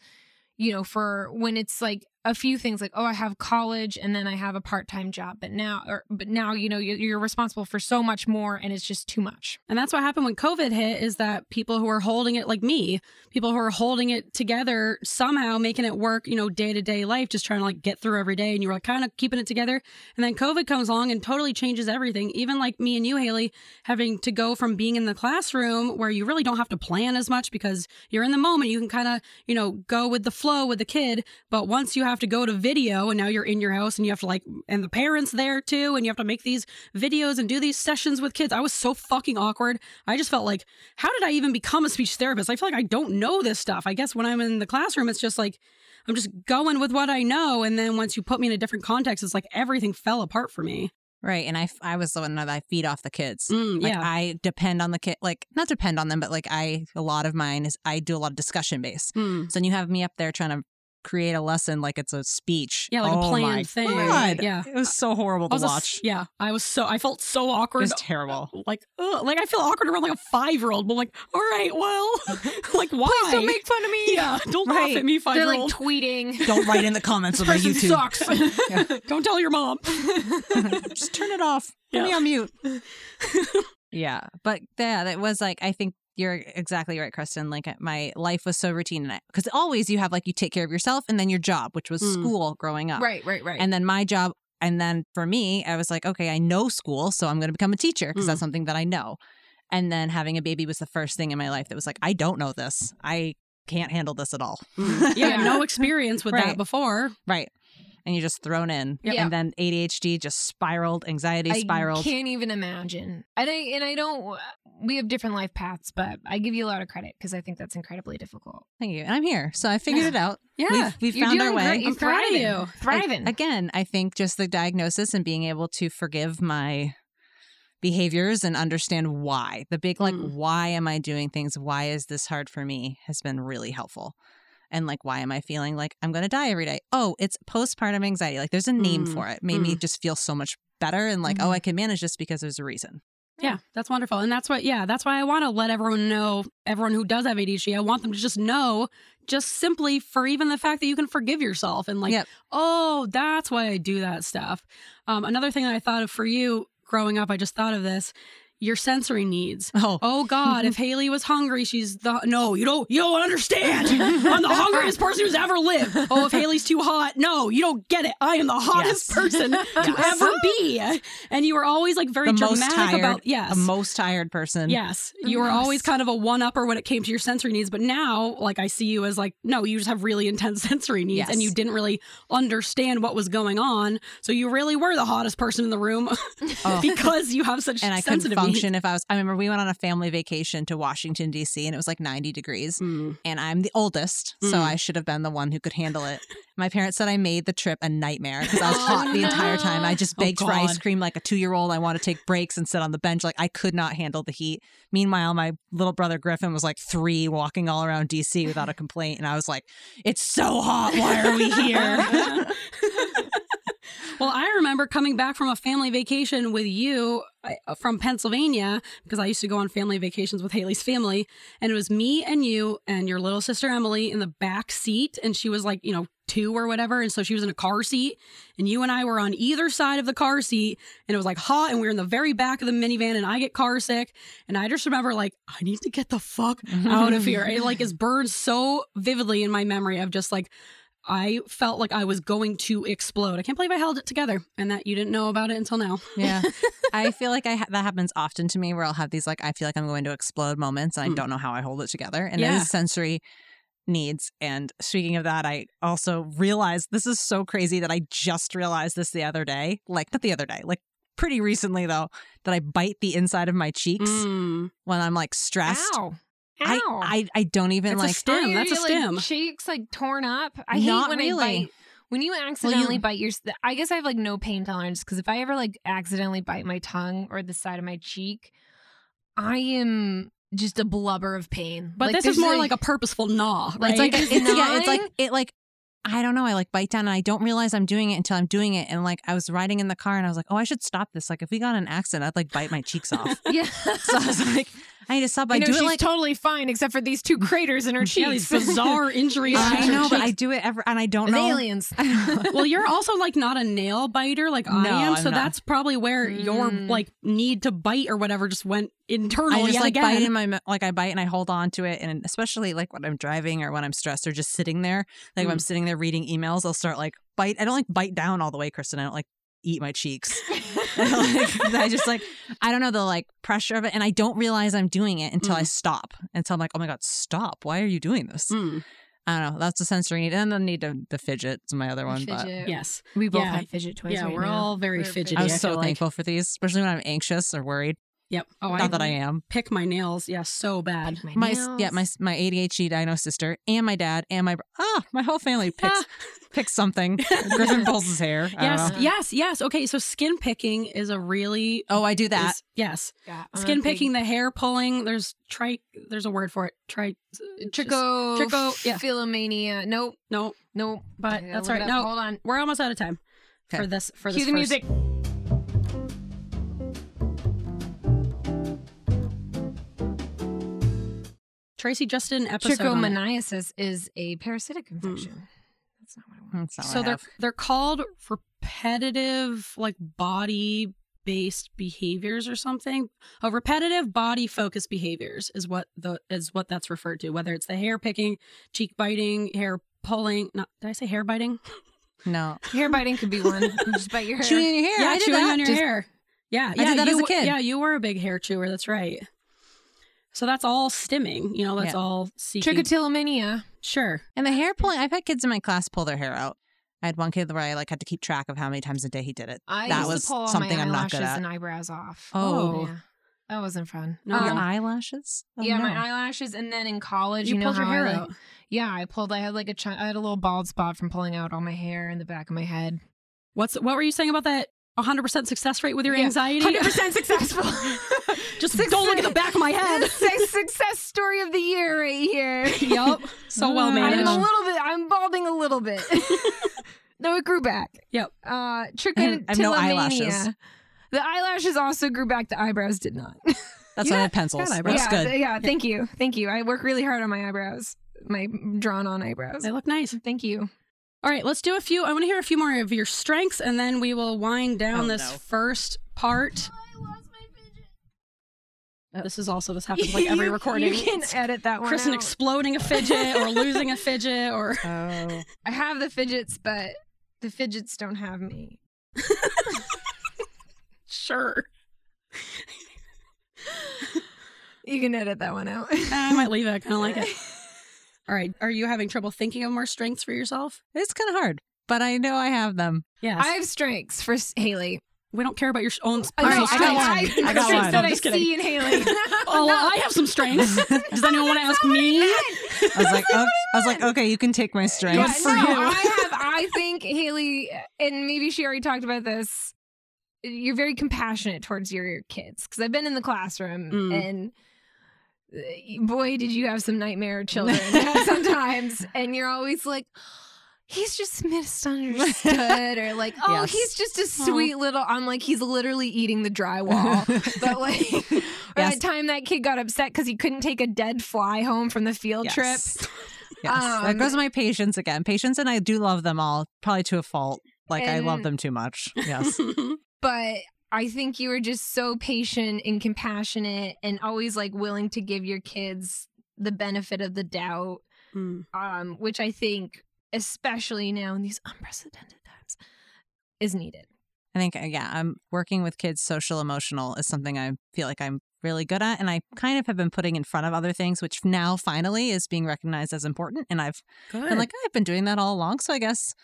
you know for when it's like a few things like, oh, I have college and then I have a part time job, but now, or but now, you know, you're, you're responsible for so much more, and it's just too much.
And that's what happened when COVID hit is that people who are holding it, like me, people who are holding it together, somehow making it work, you know, day to day life, just trying to like get through every day. And you were like kind of keeping it together. And then COVID comes along and totally changes everything. Even like me and you, Haley, having to go from being in the classroom where you really don't have to plan as much because you're in the moment, you can kind of, you know, go with the flow with the kid. But once you have to go to video and now you're in your house and you have to like, and the parents there too, and you have to make these videos and do these sessions with kids. I was so fucking awkward. I just felt like, how did I even become a speech therapist? I feel like I don't know this stuff. I guess when I'm in the classroom, it's just like, I'm just going with what I know. And then once you put me in a different context, it's like everything fell apart for me.
Right. And I, f- I was the one that I feed off the kids.
Mm,
Like
yeah.
I depend on the kid, like not depend on them, but like I, a lot of mine is I do a lot of discussion based.
Mm.
So then you have me up there trying to create a lesson like it's a speech.
Yeah, like a
Oh
planned
my
thing.
God.
Yeah.
It was so horrible
I
to
was a s-
watch.
yeah, I was so I felt so
It
awkward.
was terrible.
like, ugh, like I feel awkward around like a five year old. But like, all right, well, like why?
Please don't make fun of me.
yeah, don't laugh
Right.
at me, five
They're
year
like
old.
tweeting.
Don't write in the comments
this
of my
person
YouTube.
sucks.
Yeah.
don't tell your mom.
Just turn it off. Put
Yeah.
me on mute. yeah, but yeah, that was like I think you're exactly right, Kristen. Like uh, my life was so routine, because always you have like you take care of yourself and then your job, which was
Mm.
school growing up,
Right, right, right.
And then my job, and then for me, I was like, okay, I know school, so I'm going to become a teacher because
Mm.
that's something that I know. And then having a baby was the first thing in my life that was like, I don't know this. I can't handle this at all.
Yeah, no experience with that
Right.
before.
Right. And you're just thrown in.
Yep.
And then ADHD just spiraled, anxiety
I
spiraled.
can't even imagine. And I and I don't. We have different life paths, but I give you a lot of credit because I think that's incredibly difficult.
Thank you. And I'm here. So I figured
Yeah.
it out.
Yeah,
We've, we've
You're
found our
doing
way.
great. You're
I'm proud of
thriving.
you.
Thriving.
I- again, I think just the diagnosis and being able to forgive my behaviors and understand why. The big like
Mm.
why am I doing things? Why is this hard for me has been really helpful. And like why am I feeling like I'm going to die every day? Oh, it's postpartum anxiety. Like there's a name
Mm. Mm-hmm.
for it. Made me just feel so much better and like oh, I can manage this because there's a reason.
Yeah, that's wonderful. And that's what, yeah, that's why I want to let everyone know, everyone who does have ADHD, I want them to just know, just simply for even the fact that you can forgive yourself and like,
Yep.
oh, that's why I do that stuff. Um, another thing that I thought of for you growing up, I just thought of this your sensory needs.
Oh.
Oh God! If Haley was hungry, she's the no. You don't. You don't understand. I'm the hungriest person who's ever lived. Oh, if Haley's too hot, no, you don't get it. I am the hottest
Yes.
person to
Yes.
ever be. And you were always like very
The most
dramatic
tired,
about yes,
the most tired person.
Yes. You were
Yes.
always kind of a one upper when it came to your sensory needs. But now, like, I see you as like, no, you just have really intense sensory needs
Yes.
and you didn't really understand what was going on. So you really were the hottest person in the room
Oh.
because you have such
and I couldn't
sensitive
function if I was. I remember we went on a family vacation to Washington D.C. and it was like 90 degrees,
needs. Mm.
and I'm the oldest, so
Mm.
I should have been the one who could handle it. My parents said I made the trip a nightmare because I was
Oh,
hot the entire time. I just
no. Oh,
begged for ice
God.
cream like a two year old. I want to take breaks and sit on the bench. Like I could not handle the heat. Meanwhile, my little brother Griffin was like three, walking all around D.C. without a complaint, and I was like, "It's so hot. Why are we here?"
Well, I remember coming back from a family vacation with you uh, from Pennsylvania because I used to go on family vacations with Haley's family, and it was me and you and your little sister Emily in the back seat, and she was like, you know, two or whatever, and so she was in a car seat, and you and I were on either side of the car seat, and it was like hot, and we were in the very back of the minivan, and I get car sick, and I just remember like, I need to get the fuck out of here. It like is burned so vividly in my memory of just like I felt like I was going to explode. I can't believe I held it together and that you didn't know about it until now.
Yeah. I feel like I ha- that happens often to me where I'll have these like I feel like I'm going to explode moments and I
Mm.
don't know how I hold it together and it
Yeah.
is sensory needs and speaking of that I also realized this is so crazy that I just realized this the other day like not the other day like pretty recently though that I bite the inside of my cheeks
Mm.
when I'm like stressed
Ow.
I,
Ow.
I I don't even
It's a
like
stem,
Are
that's a
your, like,
stem.
cheeks like torn up. I hate
Not
when
really.
I bite. When you accidentally
you-
bite your, I guess I have like no pain tolerance because if I ever like accidentally bite my tongue or the side of my cheek, I am just a blubber of pain.
But this
there's
is more like a purposeful gnaw, right?
It's like
Just
it's yeah, it's like
gnawing?
it like I don't know. I like bite down and I don't realize I'm doing it until I'm doing it. And like I was riding in the car and I was like, oh, I should stop this. Like if we got in an accident, I'd like bite my cheeks off.
yeah.
so I was like, I need to stop. I
I know
do
she's
it like
totally fine except for these two craters in her
Yeah, these
cheeks.
bizarre injuries. on
I
your
know, but I
cheeks.
do it every, and I don't
It's
know.
aliens.
well, you're also like not a nail biter like I
No,
am,
I'm
so
not.
that's probably where your
Mm.
like need to bite or whatever just went internal
I just
yet
like
again.
Oh, bite in my mou- like I bite and I hold on to it, and especially like when I'm driving or when I'm stressed or just sitting there. Like
Mm.
if I'm sitting there reading emails, I'll start like bite. I don't like bite down all the way, Kristen. I don't like eat my cheeks. I, don't like- I just like I don't know the like pressure of it, and I don't realize I'm doing it until I stop. Until I'm like, oh my god, stop! Why are you doing this?
Mm,
I don't know. That's the sensory need, and the need to the fidget. Is my other one, but.
Mm. yes.
We both
Yeah.
have fidget toys.
yeah,
right
we're
now.
all very
We're
fidgety.
fidgety.
I
I
was so
feel like.
thankful for these, especially when I'm anxious or worried.
Yep. Oh, I
Not that I am.
pick my nails. Yeah, so bad.
Like my,
My s-
nails.
yeah, my s- my ADHD diagnosed sister and my dad and my br- ah my whole family picks picks something. Griffin pulls his hair. I don't
Yes,
know.
yes, yes. Okay, so skin picking is a really
Oh, I do that.
is- yes,
Yeah, I'm a
skin
big
picking, the hair pulling. There's tri. There's a word for it. Tri.
Tricho,
tricho- yeah.
Philomania. Nope,
No,
nope.
But
I gotta
that's
look it
right.
up.
No.
hold on.
we're almost out of time
Okay.
for this. For
Cue
this
the
first-
music.
Tracy just did an episode. on it.
Trichomoniasis is a parasitic infection. That's not what I want.
That's not what
so
I
they're
have.
they're called repetitive like body based behaviors or something a repetitive body focused behaviors is what the is what that's referred to whether it's the hair picking cheek biting hair pulling not did i say hair biting
no
Hair biting could be one. You Just bite your hair.
chewing your hair.
yeah
I did
chewing
that.
on your
Just-
hair yeah
I
yeah,
did that
you,
as a
w-
kid.
yeah you were a big hair chewer that's right so that's all stimming you know that's
Yeah.
all seeking
Trichotillomania.
sure
And the hair pulling. I've had kids in my class pull their hair out. I had one kid where I like had to keep track of how many times a day he did it.
I
that
used
was
to pull all
something
my
I'm not
eyelashes
good at.
and eyebrows off.
Oh.
yeah. that wasn't fun.
No,
your
um,
eyelashes. Oh,
yeah, my
no.
eyelashes, and then in college,
you,
you, know
pulled your
how I,
hair
like-
out
Yeah, I pulled. I had like a. Chi- I had a little bald spot from pulling out all my hair in the back of my head.
what's what were you saying about that 100% success rate with your
Yeah,
anxiety
Hundred percent successful.
Just
Success-
don't look at the back of my head.
Success success story of the year right here.
yep. So well
I'm
managed.
I'm a little bit. I'm balding a little bit. no, it grew back.
Yep.
Uh,
I have- I have no
trichotillomania.
eyelashes.
The eyelashes also grew back. The eyebrows did not.
That's
You
why I
had-
have pencils.
had
Looks
yeah,
good.
th- yeah. Thank you. Thank you. I work really hard on my eyebrows. My drawn-on eyebrows.
They look nice.
Thank you.
All right, let's do a few. I want to hear a few more of your strengths, and then we will wind down
Oh,
this
no.
first part. Oh. This is also this happens like every
You-
recording.
You can
It's
edit that one.
Kristen
out.
exploding a fidget or losing a fidget or
Oh,
I have the fidgets, but the fidgets don't have me.
sure.
You can edit that one out.
I might leave it. I kind of like it. All right. Are you having trouble thinking of more strengths for yourself?
it's kind of hard, but I know I have them.
Yes.
I have strengths for S- Haley.
we don't care about your own.
All right,
personal
I got
strengths.
one. I got
strengths
one.
that
I'm
I
just kidding.
see in Haley.
Oh, well, I have some strengths. Does anyone want to ask me?
I was like, oh, I was like, okay, you can take my strength.
Yeah,
Good for
no,
you.
I have. I think Haley, and maybe she already talked about this. You're very compassionate towards your kids because I've been in the classroom
Mm.
and. uh, Boy, did you have some nightmare children sometimes, and you're always like, he's just misunderstood, or like, oh,
Yes.
he's just a sweet little. I'm like, he's literally eating the drywall. but like, or
Yes.
that time that kid got upset because he couldn't take a dead fly home from the field trip.
Yes. Yes. that
Um,
goes my patience again. Patience and I do love them all, probably to a fault. Like I love
And-
them too much. Yes.
but I think you were just so patient and compassionate and always like willing to give your kids the benefit of the doubt,
Mm.
um, which I think, especially now in these unprecedented times, is needed.
I think uh, yeah, I'm working with kids social emotional is something I feel like I'm really good at and I kind of have been putting in front of other things which now finally is being recognized as important and I've
Good.
been like I've been doing that all along so I guess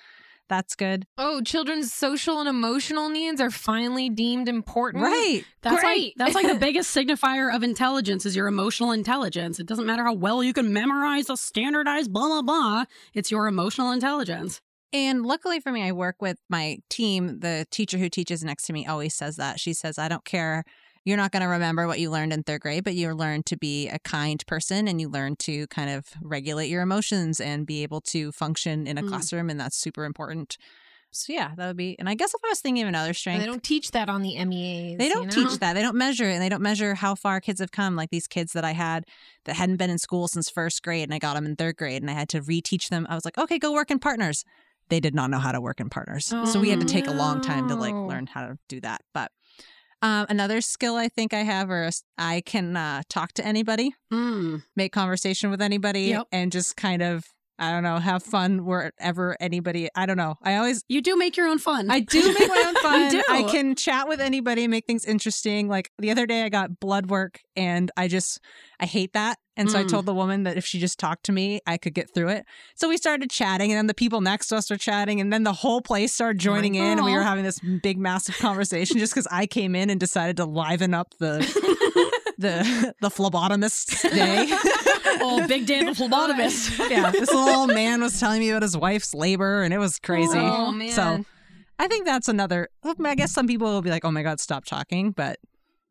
that's good.
Oh, children's social and emotional needs are finally deemed important.
Right.
That's like
Great.
that's like the biggest signifier of intelligence is your emotional intelligence. It doesn't matter how well you can memorize a standardized blah blah blah. It's your emotional intelligence.
And luckily for me, I work with my team. The teacher who teaches next to me always says that. She says, I don't care. You're not going to remember what you learned in third grade, but you learn to be a kind person and you learn to kind of regulate your emotions and be able to function in a
Mm.
classroom. And that's super important. So yeah, that would be. And I guess if I was thinking of another strength,
They don't teach that on the MEAs.
They
you
don't
know?
teach that. They don't measure it. And they don't measure how far kids have come. Like these kids that I had that hadn't been in school since first grade and I got them in third grade and I had to reteach them. I was like, okay, go work in partners. They did not know how to work in partners. so we had to
Oh,
take a long time to like
no.
learn how to do that. But um, another skill I think I have or I can uh, talk to anybody,
Hmm.
Mm.
make conversation with anybody,
Yep.
and just kind of, I don't know, have fun wherever anybody, I don't know. I always
You do make your own fun.
I do make my own fun.
You do.
I can chat with anybody and make things interesting. Like the other day, I got blood work, and I just I hate that. And so I
Mm.
told the woman that if she just talked to me, I could get through it. So we started chatting, and then the people next to us were chatting, and then the whole place started
Oh
joining in, and we were
Aw.
having this big massive conversation just because I came in and decided to liven up the the the phlebotomist's day.
oh, big damn phlebotomist.
yeah, this little old man was telling me about his wife's labor, and it was crazy.
Oh, man.
So- I think that's another. I guess some people will be like, "Oh my god, stop talking," but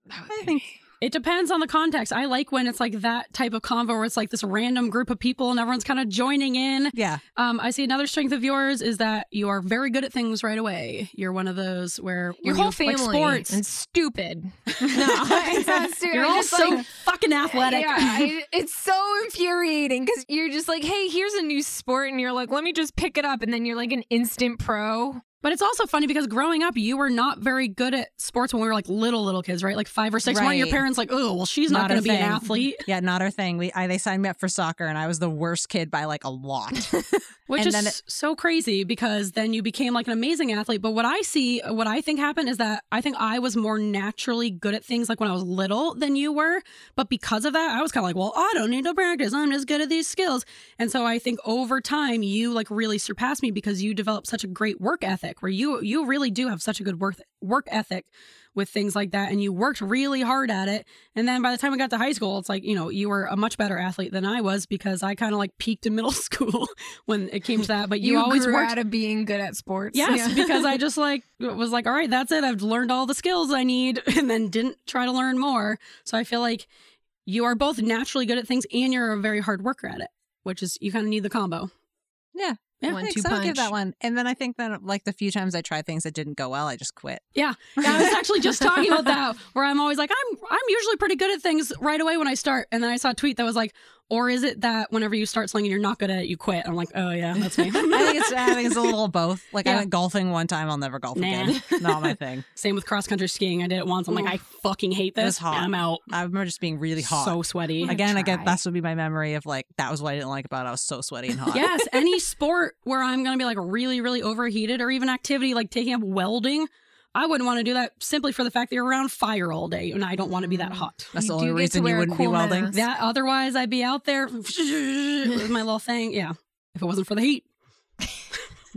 I think
It depends on the context. I like when it's like that type of convo where it's like this random group of people and everyone's kind of joining in.
yeah,
Um, I see another strength of yours is that you are very good at things right away. You're one of those where
your
when
whole
you-
family
like sports.
and stupid. No, it's not stupid.
You're
I'm
all
just
so
like-
fucking athletic.
Yeah, I- it's so infuriating because you're just like, hey, here's a new sport, and you're like, let me just pick it up, and then you're like an instant pro.
But it's also funny because growing up, you were not very good at sports when we were like little, little kids, right? Like five or six. One of your
Right.
parents, like, oh, well, she's not,
Not
going
a
to be an
thing.
athlete,
yeah, not our thing. We I, they signed me up for soccer, and I was the worst kid by like a lot.
which
And
is
then
s- so crazy because then you became like an amazing athlete. But what I see, what I think happened is that I think I was more naturally good at things like when I was little than you were. But because of that, I was kind of like, well, I don't need to practice. I'm just good at these skills. And so I think over time, you like really surpassed me because you developed such a great work ethic where you you really do have such a good work work ethic with things like that and you worked really hard at it and then by the time we got to high school it's like you know you were a much better athlete than i was because i kind of like peaked in middle school when it came to that but you, always
grew
worked
out of being good at sports.
yes because i just like was like all right that's it i've learned all the skills i need and then didn't try to learn more so i feel like you are both naturally good at things and you're a very hard worker at it which is you kind of need the combo
Yeah.
yeah
One,
Thanks,
two
I would give
punch.
that one. And then I think that like the few times I tried things that didn't go well, I just quit.
Yeah, I was actually just talking about that, where I'm always like, I'm I'm usually pretty good at things right away when I start, and then I saw a tweet that was like, or is it that whenever you start something and you're not good at it, you quit? I'm like, oh yeah, that's me.
I think it's I think it's a little of both. Like I
Yeah.
went golfing one time, I'll never golf
Nah.
again. Not my thing.
Same with cross country skiing. I did it once. I'm like, I fucking hate
It
this.
was hot.
I'm out.
I remember just being really hot. Oh
So sweaty.
Like-
again, I guess
Try.
that's would be my memory of like that was what I didn't like about. it. I was so sweaty and hot.
yes, any sport where I'm gonna be like really, really overheated, or even activity like taking up welding, I wouldn't want to do that simply for the fact that you're around fire all day, and I don't want to be
Mm.
that hot.
That's
You
the
do
only
get to
reason
wear
you
a
wouldn't be
cool
welding.
mask.
That otherwise I'd be out there with my little thing. Yeah, if it wasn't for the heat.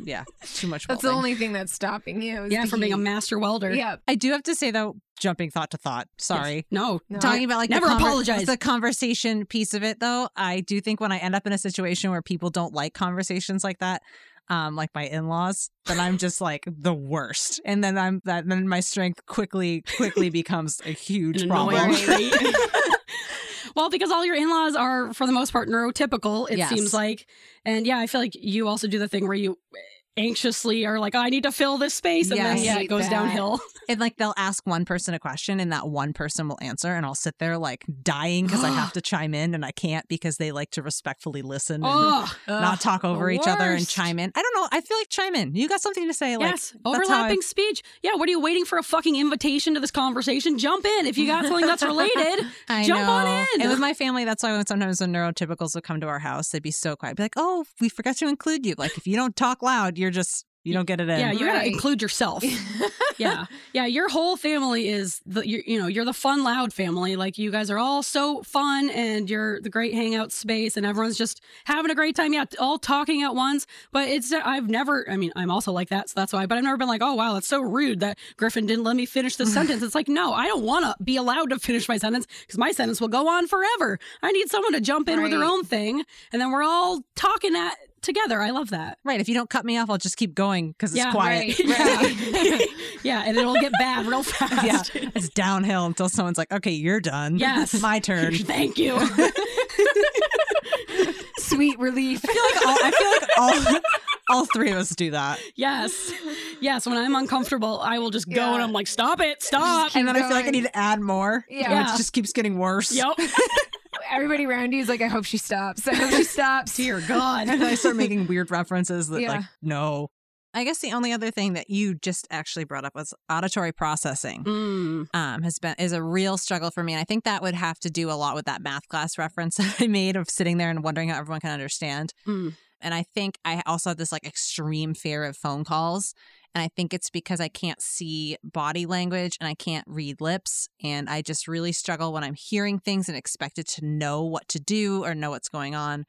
Yeah, too much.
That's the
welding.
only thing that's stopping you. is
Yeah,
the
from being a
heat.
master welder.
Yeah.
I do have to say though, jumping thought to thought. Sorry.
No.
No.
talking about like
Never
the conver-
apologize.
the conversation piece of it though i do think when i end up in a situation where people don't like conversations like that um like my in-laws then i'm just like the worst and then i'm that then my strength quickly quickly becomes a huge
An
problem
annoying trait. well, because all your in-laws are for the most part neurotypical, it
Yes.
seems like. And yeah, I feel like you also do the thing where you anxiously are like, I need to fill this space. And
Yes.
then yeah,
I
it
hate
goes
that.
downhill.
and like they'll ask one person a question and that one person will answer and i'll sit there like dying because i have to chime in and i can't because they like to respectfully listen and
Oh,
not talk over each other and
worst.
chime in i don't know i feel like chime in you got something to say like
yes.
how I-
Overlapping speech. Yeah, what are you waiting for a fucking invitation to this conversation? Jump in. If you got something that's related,
I
Jump on
know.
in.
And with my family, that's why when sometimes when neurotypicals would come to our house, they'd be so quiet. Be like, oh, we forgot to include you. Like, if you don't talk loud, you're just, you don't get it in.
yeah, you gotta
Right.
include yourself. yeah yeah your whole family is the you, you know you're the fun loud family like you guys are all so fun and you're the great hangout space and everyone's just having a great time yeah all talking at once but it's i've never i mean i'm also like that so that's why but i've never been like oh wow that's so rude that griffin didn't let me finish the sentence it's like no i don't want to be allowed to finish my sentence because my sentence will go on forever i need someone to jump in with their
Right.
own thing and then we're all talking at together i love that
Right. If you don't cut me off, I'll just keep going because it's
Yeah,
quiet.
Right.
yeah and it'll get bad real
Yeah.
fast
it's downhill until someone's like, okay, you're done.
Yes.
my turn.
Thank you.
Sweet relief.
I feel like all, I feel like all, all three of us do that.
Yes. Yes. When I'm uncomfortable, I will just go
Yeah.
and I'm like, stop it, stop.
keep-
And then I feel like I need to add more.
Yeah.
And it just keeps getting worse.
Yep.
Everybody around you is like, I hope she stops. I hope she stops.
Dear
And then
God.
I start making weird references that,
Yeah.
like, no. I guess the only other thing that you just actually brought up was auditory processing.
Mm.
um, has been is a real struggle for me. And I think that would have to do a lot with that math class reference that I made of sitting there and wondering how everyone can understand.
Mm.
And I think I also have this like extreme fear of phone calls. And I think it's because I can't see body language and I can't read lips. And I just really struggle when I'm hearing things and expected to know what to do or know what's going on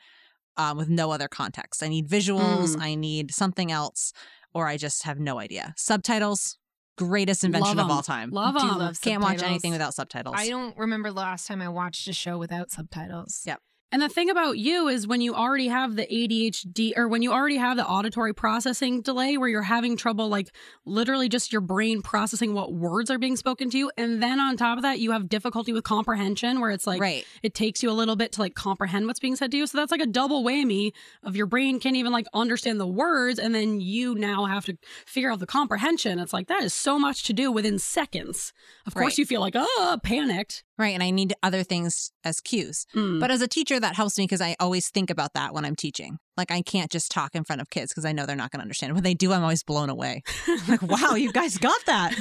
um, with no other context. I need visuals,
Mm.
I need something else, or I just have no idea. Subtitles, greatest invention
Love
of all
'em.
time.
Love
I do
them.
love
Can't watch anything
subtitles.
without subtitles.
I don't remember the last time I watched a show without subtitles.
Yeah.
And the thing about you is when you already have the ADHD or when you already have the auditory processing delay where you're having trouble, like literally just your brain processing what words are being spoken to you. And then on top of that, you have difficulty with comprehension where it's like
right.
it takes you a little bit to like comprehend what's being said to you. So that's like a double whammy of your brain can't even like understand the words. And then you now have to figure out the comprehension. It's like that is so much to do within seconds. Of course,
Right.
you feel like, oh, panicked.
Right. And I need other things as cues.
Mm.
But as a teacher, that helps me because I always think about that when I'm teaching. Like, I can't just talk in front of kids because I know they're not going to understand. When they do, I'm always blown away. like, wow, you guys got that.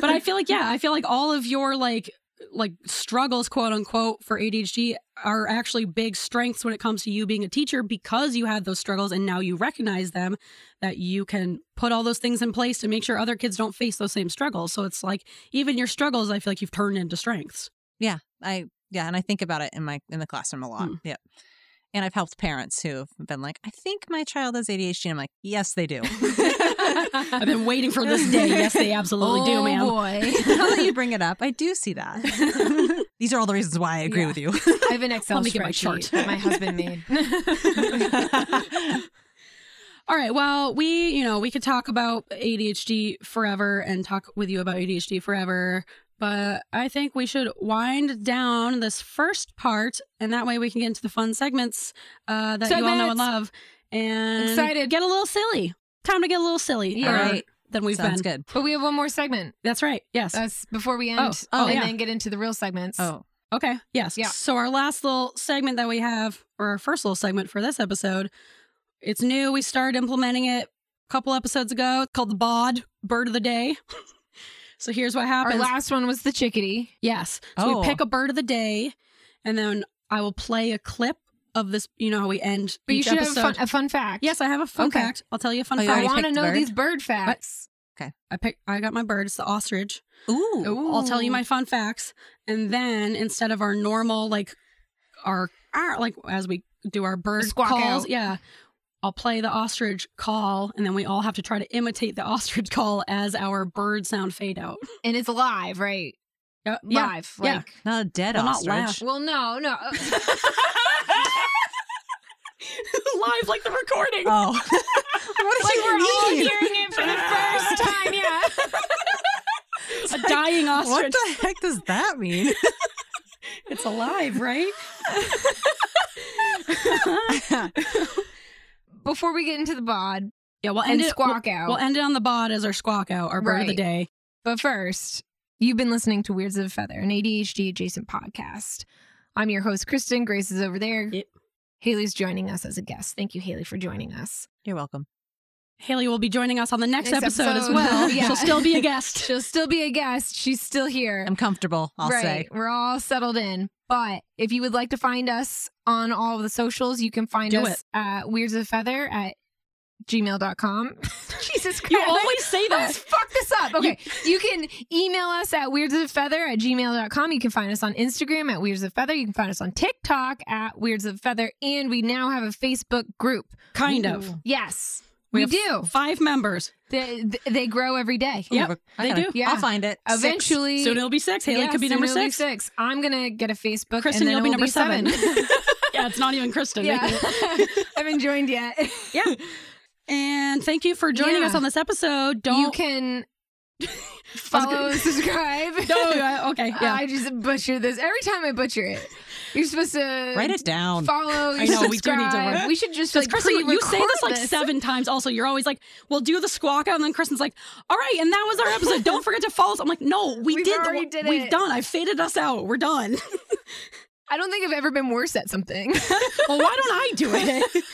but I feel like yeah, I feel like all of your like like struggles quote unquote for ADHD are actually big strengths when it comes to you being a teacher because you had those struggles and now you recognize them that you can put all those things in place to make sure other kids don't face those same struggles. So it's like even your struggles I feel like you've turned into strengths.
I, yeah. And I think about it in my, in the classroom a lot.
Mm.
Hmm.
Yep. And I've helped parents who've been like, I think my child has ADHD. And I'm like, yes, they do.
I've been waiting for this day. Yes, they absolutely do,
oh,
ma'am.
boy.
now that you bring it up, I do see that. These are all the reasons why I agree
Yeah.
with you.
I have an Excel
Let me get my chart.
spreadsheet that my husband made.
All right. Well, we, you know, we could talk about ADHD forever and talk with you about ADHD forever, but I think we should wind down this first part and that way we can get into the fun segments uh, that you all know and
Segments.
love and
Excited.
get a little silly. Time to get a little silly.
Yeah.
All
All
right.
right.
Than we've
Sounds
been.
good.
but we have one more segment.
That's right. Yes.
That's before we end.
Oh, oh,
and
yeah.
then get into the real segments.
Oh,
Okay. Yes.
Yeah.
So our last little segment that we have, or our first little segment for this episode, it's new. We started implementing it a couple episodes ago. It's called the BOD Bird of the Day. so here's what
Our
happens.
last one was the chickadee.
yes. So
Oh.
we pick a bird of the day, and then I will play a clip of this. You know how we end
But you
each
should
episode.
have a fun, a fun fact.
yes, I have a fun
Okay.
fact. I'll tell you a fun
Oh, you
fact.
I
already
I,
want to
picked the
know
bird?
these bird facts.
pick. I got my bird. It's the ostrich.
Ooh.
I'll tell you
Ooh.
my fun facts, and then instead of our normal like our, our like as we do our bird
Squawk
calls,
out.
yeah, I'll play the ostrich call, and then we all have to try to imitate the ostrich call as our bird sound fade out.
And it's live, right?
Yeah, yeah.
Live.
yeah.
Like,
Not a dead
Well, not
ostrich.
laugh.
well, no, uh, no.
live like the recording.
Oh. what
like we're all hearing it for the first time. Yeah.
a dying
What
ostrich.
the heck does that mean?
It's alive, right?
Before we get into the bod
yeah, we'll
and,
end it.
squawk out.
We'll, we'll end it on the bod as our squawk out, our bird of the
Right.
day.
But first, you've been listening to Weirds of a Feather, an ADHD adjacent podcast. I'm your host, Kristen. Grace is over there.
Yep.
Haley's joining us as a guest. Thank you, Haley, for joining us.
You're welcome.
Haley will be joining us on the next,
Next
episode, as
episode.
well.
Yeah.
She'll still be a guest.
She'll still be a guest. She's still here.
I'm comfortable, I'll
right.
say.
We're all settled in. But if you would like to find us on all of the socials, you can find
Do
us at Weirds of a Feather at gmail.com. Jesus Christ.
You always say
I
that.
just fucked this up. Okay. you can email us at weirds of feather at gmail.com. You can find us on Instagram at weirds of feather. You can find us on TikTok at weirds of feather. And we now have a Facebook group.
Kind of.
Ooh.
Yes.
We
We,
have
do.
Five members.
They, they- they grow every day.
Yep,
I
they
gotta-
do.
Yeah.
I'll find it. Six.
Eventually.
Soon it'll be six. Haley
yeah,
could be
soon
number
it'll
six.
six. I'm going to get a Facebook.
Kristen,
and
you'll
then
be
it
number seven.
will
yeah, it's not even Kristen.
yeah. I haven't joined yet.
Yeah. And thank you for joining
Yeah.
us on this episode. Don't.
You can follow, subscribe.
no, I- uh, okay. Yeah.
I just butcher this every time I butcher it. You're supposed to
Write it down.
follow.
I know, we do need to
subscribe.
work-
We should just
Because
like
Kristen, you say
pre-record
this like seven times. Also, you're always like, "We'll do the squawk out," and then Kristen's like, "All right," and that was our episode. Don't forget to follow us. I'm like, "No, we
We've
did. the-
already did
we've
it."
done. I've faded us out. We're done.
I don't think I've ever been worse at something.
well, why don't I do it?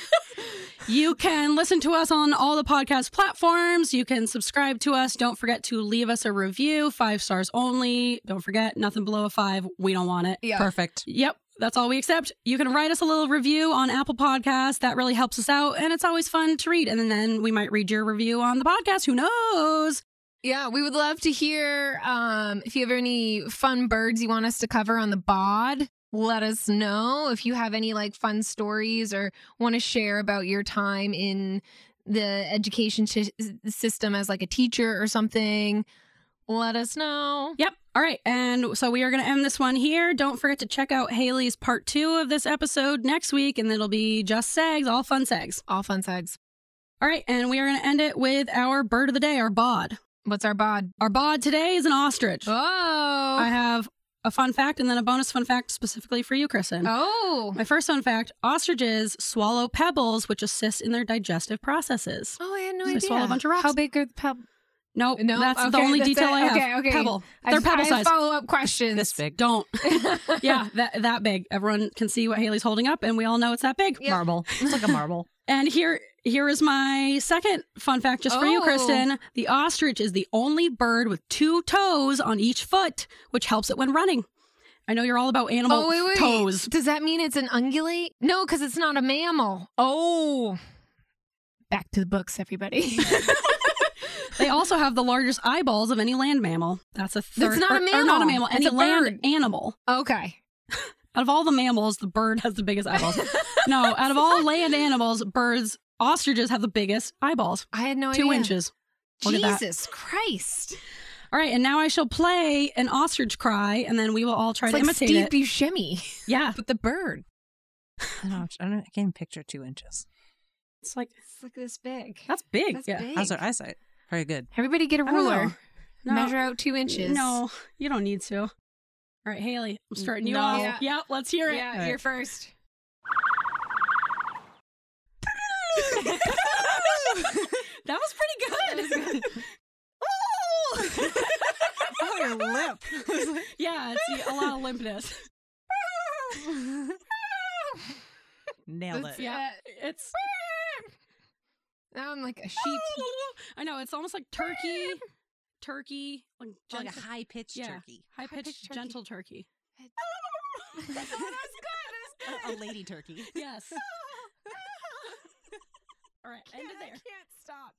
you can listen to us on all the podcast platforms. You can subscribe to us. Don't forget to leave us a review, five stars only. Don't forget, nothing below a five. We don't want it.
yeah.
Perfect.
Yep. That's all we accept. You can write us a little review on Apple Podcasts. That really helps us out. And it's always fun to read. And then we might read your review on the podcast. Who knows?
Yeah, we would love to hear um, if you have any fun birds you want us to cover on the bod. Let us know if you have any like fun stories or want to share about your time in the education sh- system as like a teacher or something. Let us know.
Yep. All right. And so we are going to end this one here. Don't forget to check out Haley's part two of this episode next week. And it'll be just sags, all fun sags.
All fun segs.
All right. And we are going to end it with our bird of the day, our bod.
What's our bod?
Our bod today is an ostrich.
Oh,
I have a fun fact and then a bonus fun fact specifically for you, Kristen.
oh,
My first fun fact ostriches swallow pebbles, which assist in their digestive processes.
oh! I had no
So I
idea.
swallow a bunch of rocks.
How big are the pebbles?
No,
No?
that's the
Okay,
only
that's
detail
it.
I have.
Okay, okay.
Pebble. They're pebble size.
Follow up questions.
This big.
Don't. yeah, that, that big. Everyone can see what Haley's holding up, and we all know it's that big.
Yeah.
Marble. It's like a marble.
And here, here is my second fun fact just for you,
Oh.
Kristen. The ostrich is the only bird with two toes on each foot, which helps it when running. I know you're all about animal
Oh, wait, wait.
toes.
Does that mean it's an ungulate? No, because it's not a mammal. Oh. Back to the books, everybody.
They also have the largest eyeballs of any land mammal. That's a third.
not a
or- Or not a
mammal.
mammal.
It's
Any
a
land
bird.
animal.
okay.
Out of all the mammals, the bird has the biggest eyeballs. no, out of all land animals, birds, ostriches have the biggest eyeballs.
I had no idea.
Two inches. Look at that.
Jesus Christ.
All right, and now I shall play an ostrich cry, and then we will all try
It's
to
like
imitate
Steve
it.
Buscemi.
yeah,
But the bird.
I don't, know, I don't. I can't even picture two inches.
it's like
It's like this big.
that's big.
That's
yeah,
big.
How's their eyesight? Very good.
Everybody get a
I don't know.
ruler.
No,
Measure out two inches.
No, you don't need to. All right, Haley, I'm starting you
No.
off.
Yeah.
Yep, let's hear it.
Yeah, you're first.
That was pretty good.
Oh, your lip.
yeah, it's a lot of limpness.
Nailed
That's-
it.
Yeah, it's.
Now I'm like a sheep.
Oh, I know it's almost like turkey, turkey, like,
Oh,
Like a
gentle-
high pitched
Yeah.
turkey.
high
high-pitched
pitched
turkey.
gentle turkey.
That's
A lady turkey.
Yes. All right, end it there.
can't stop.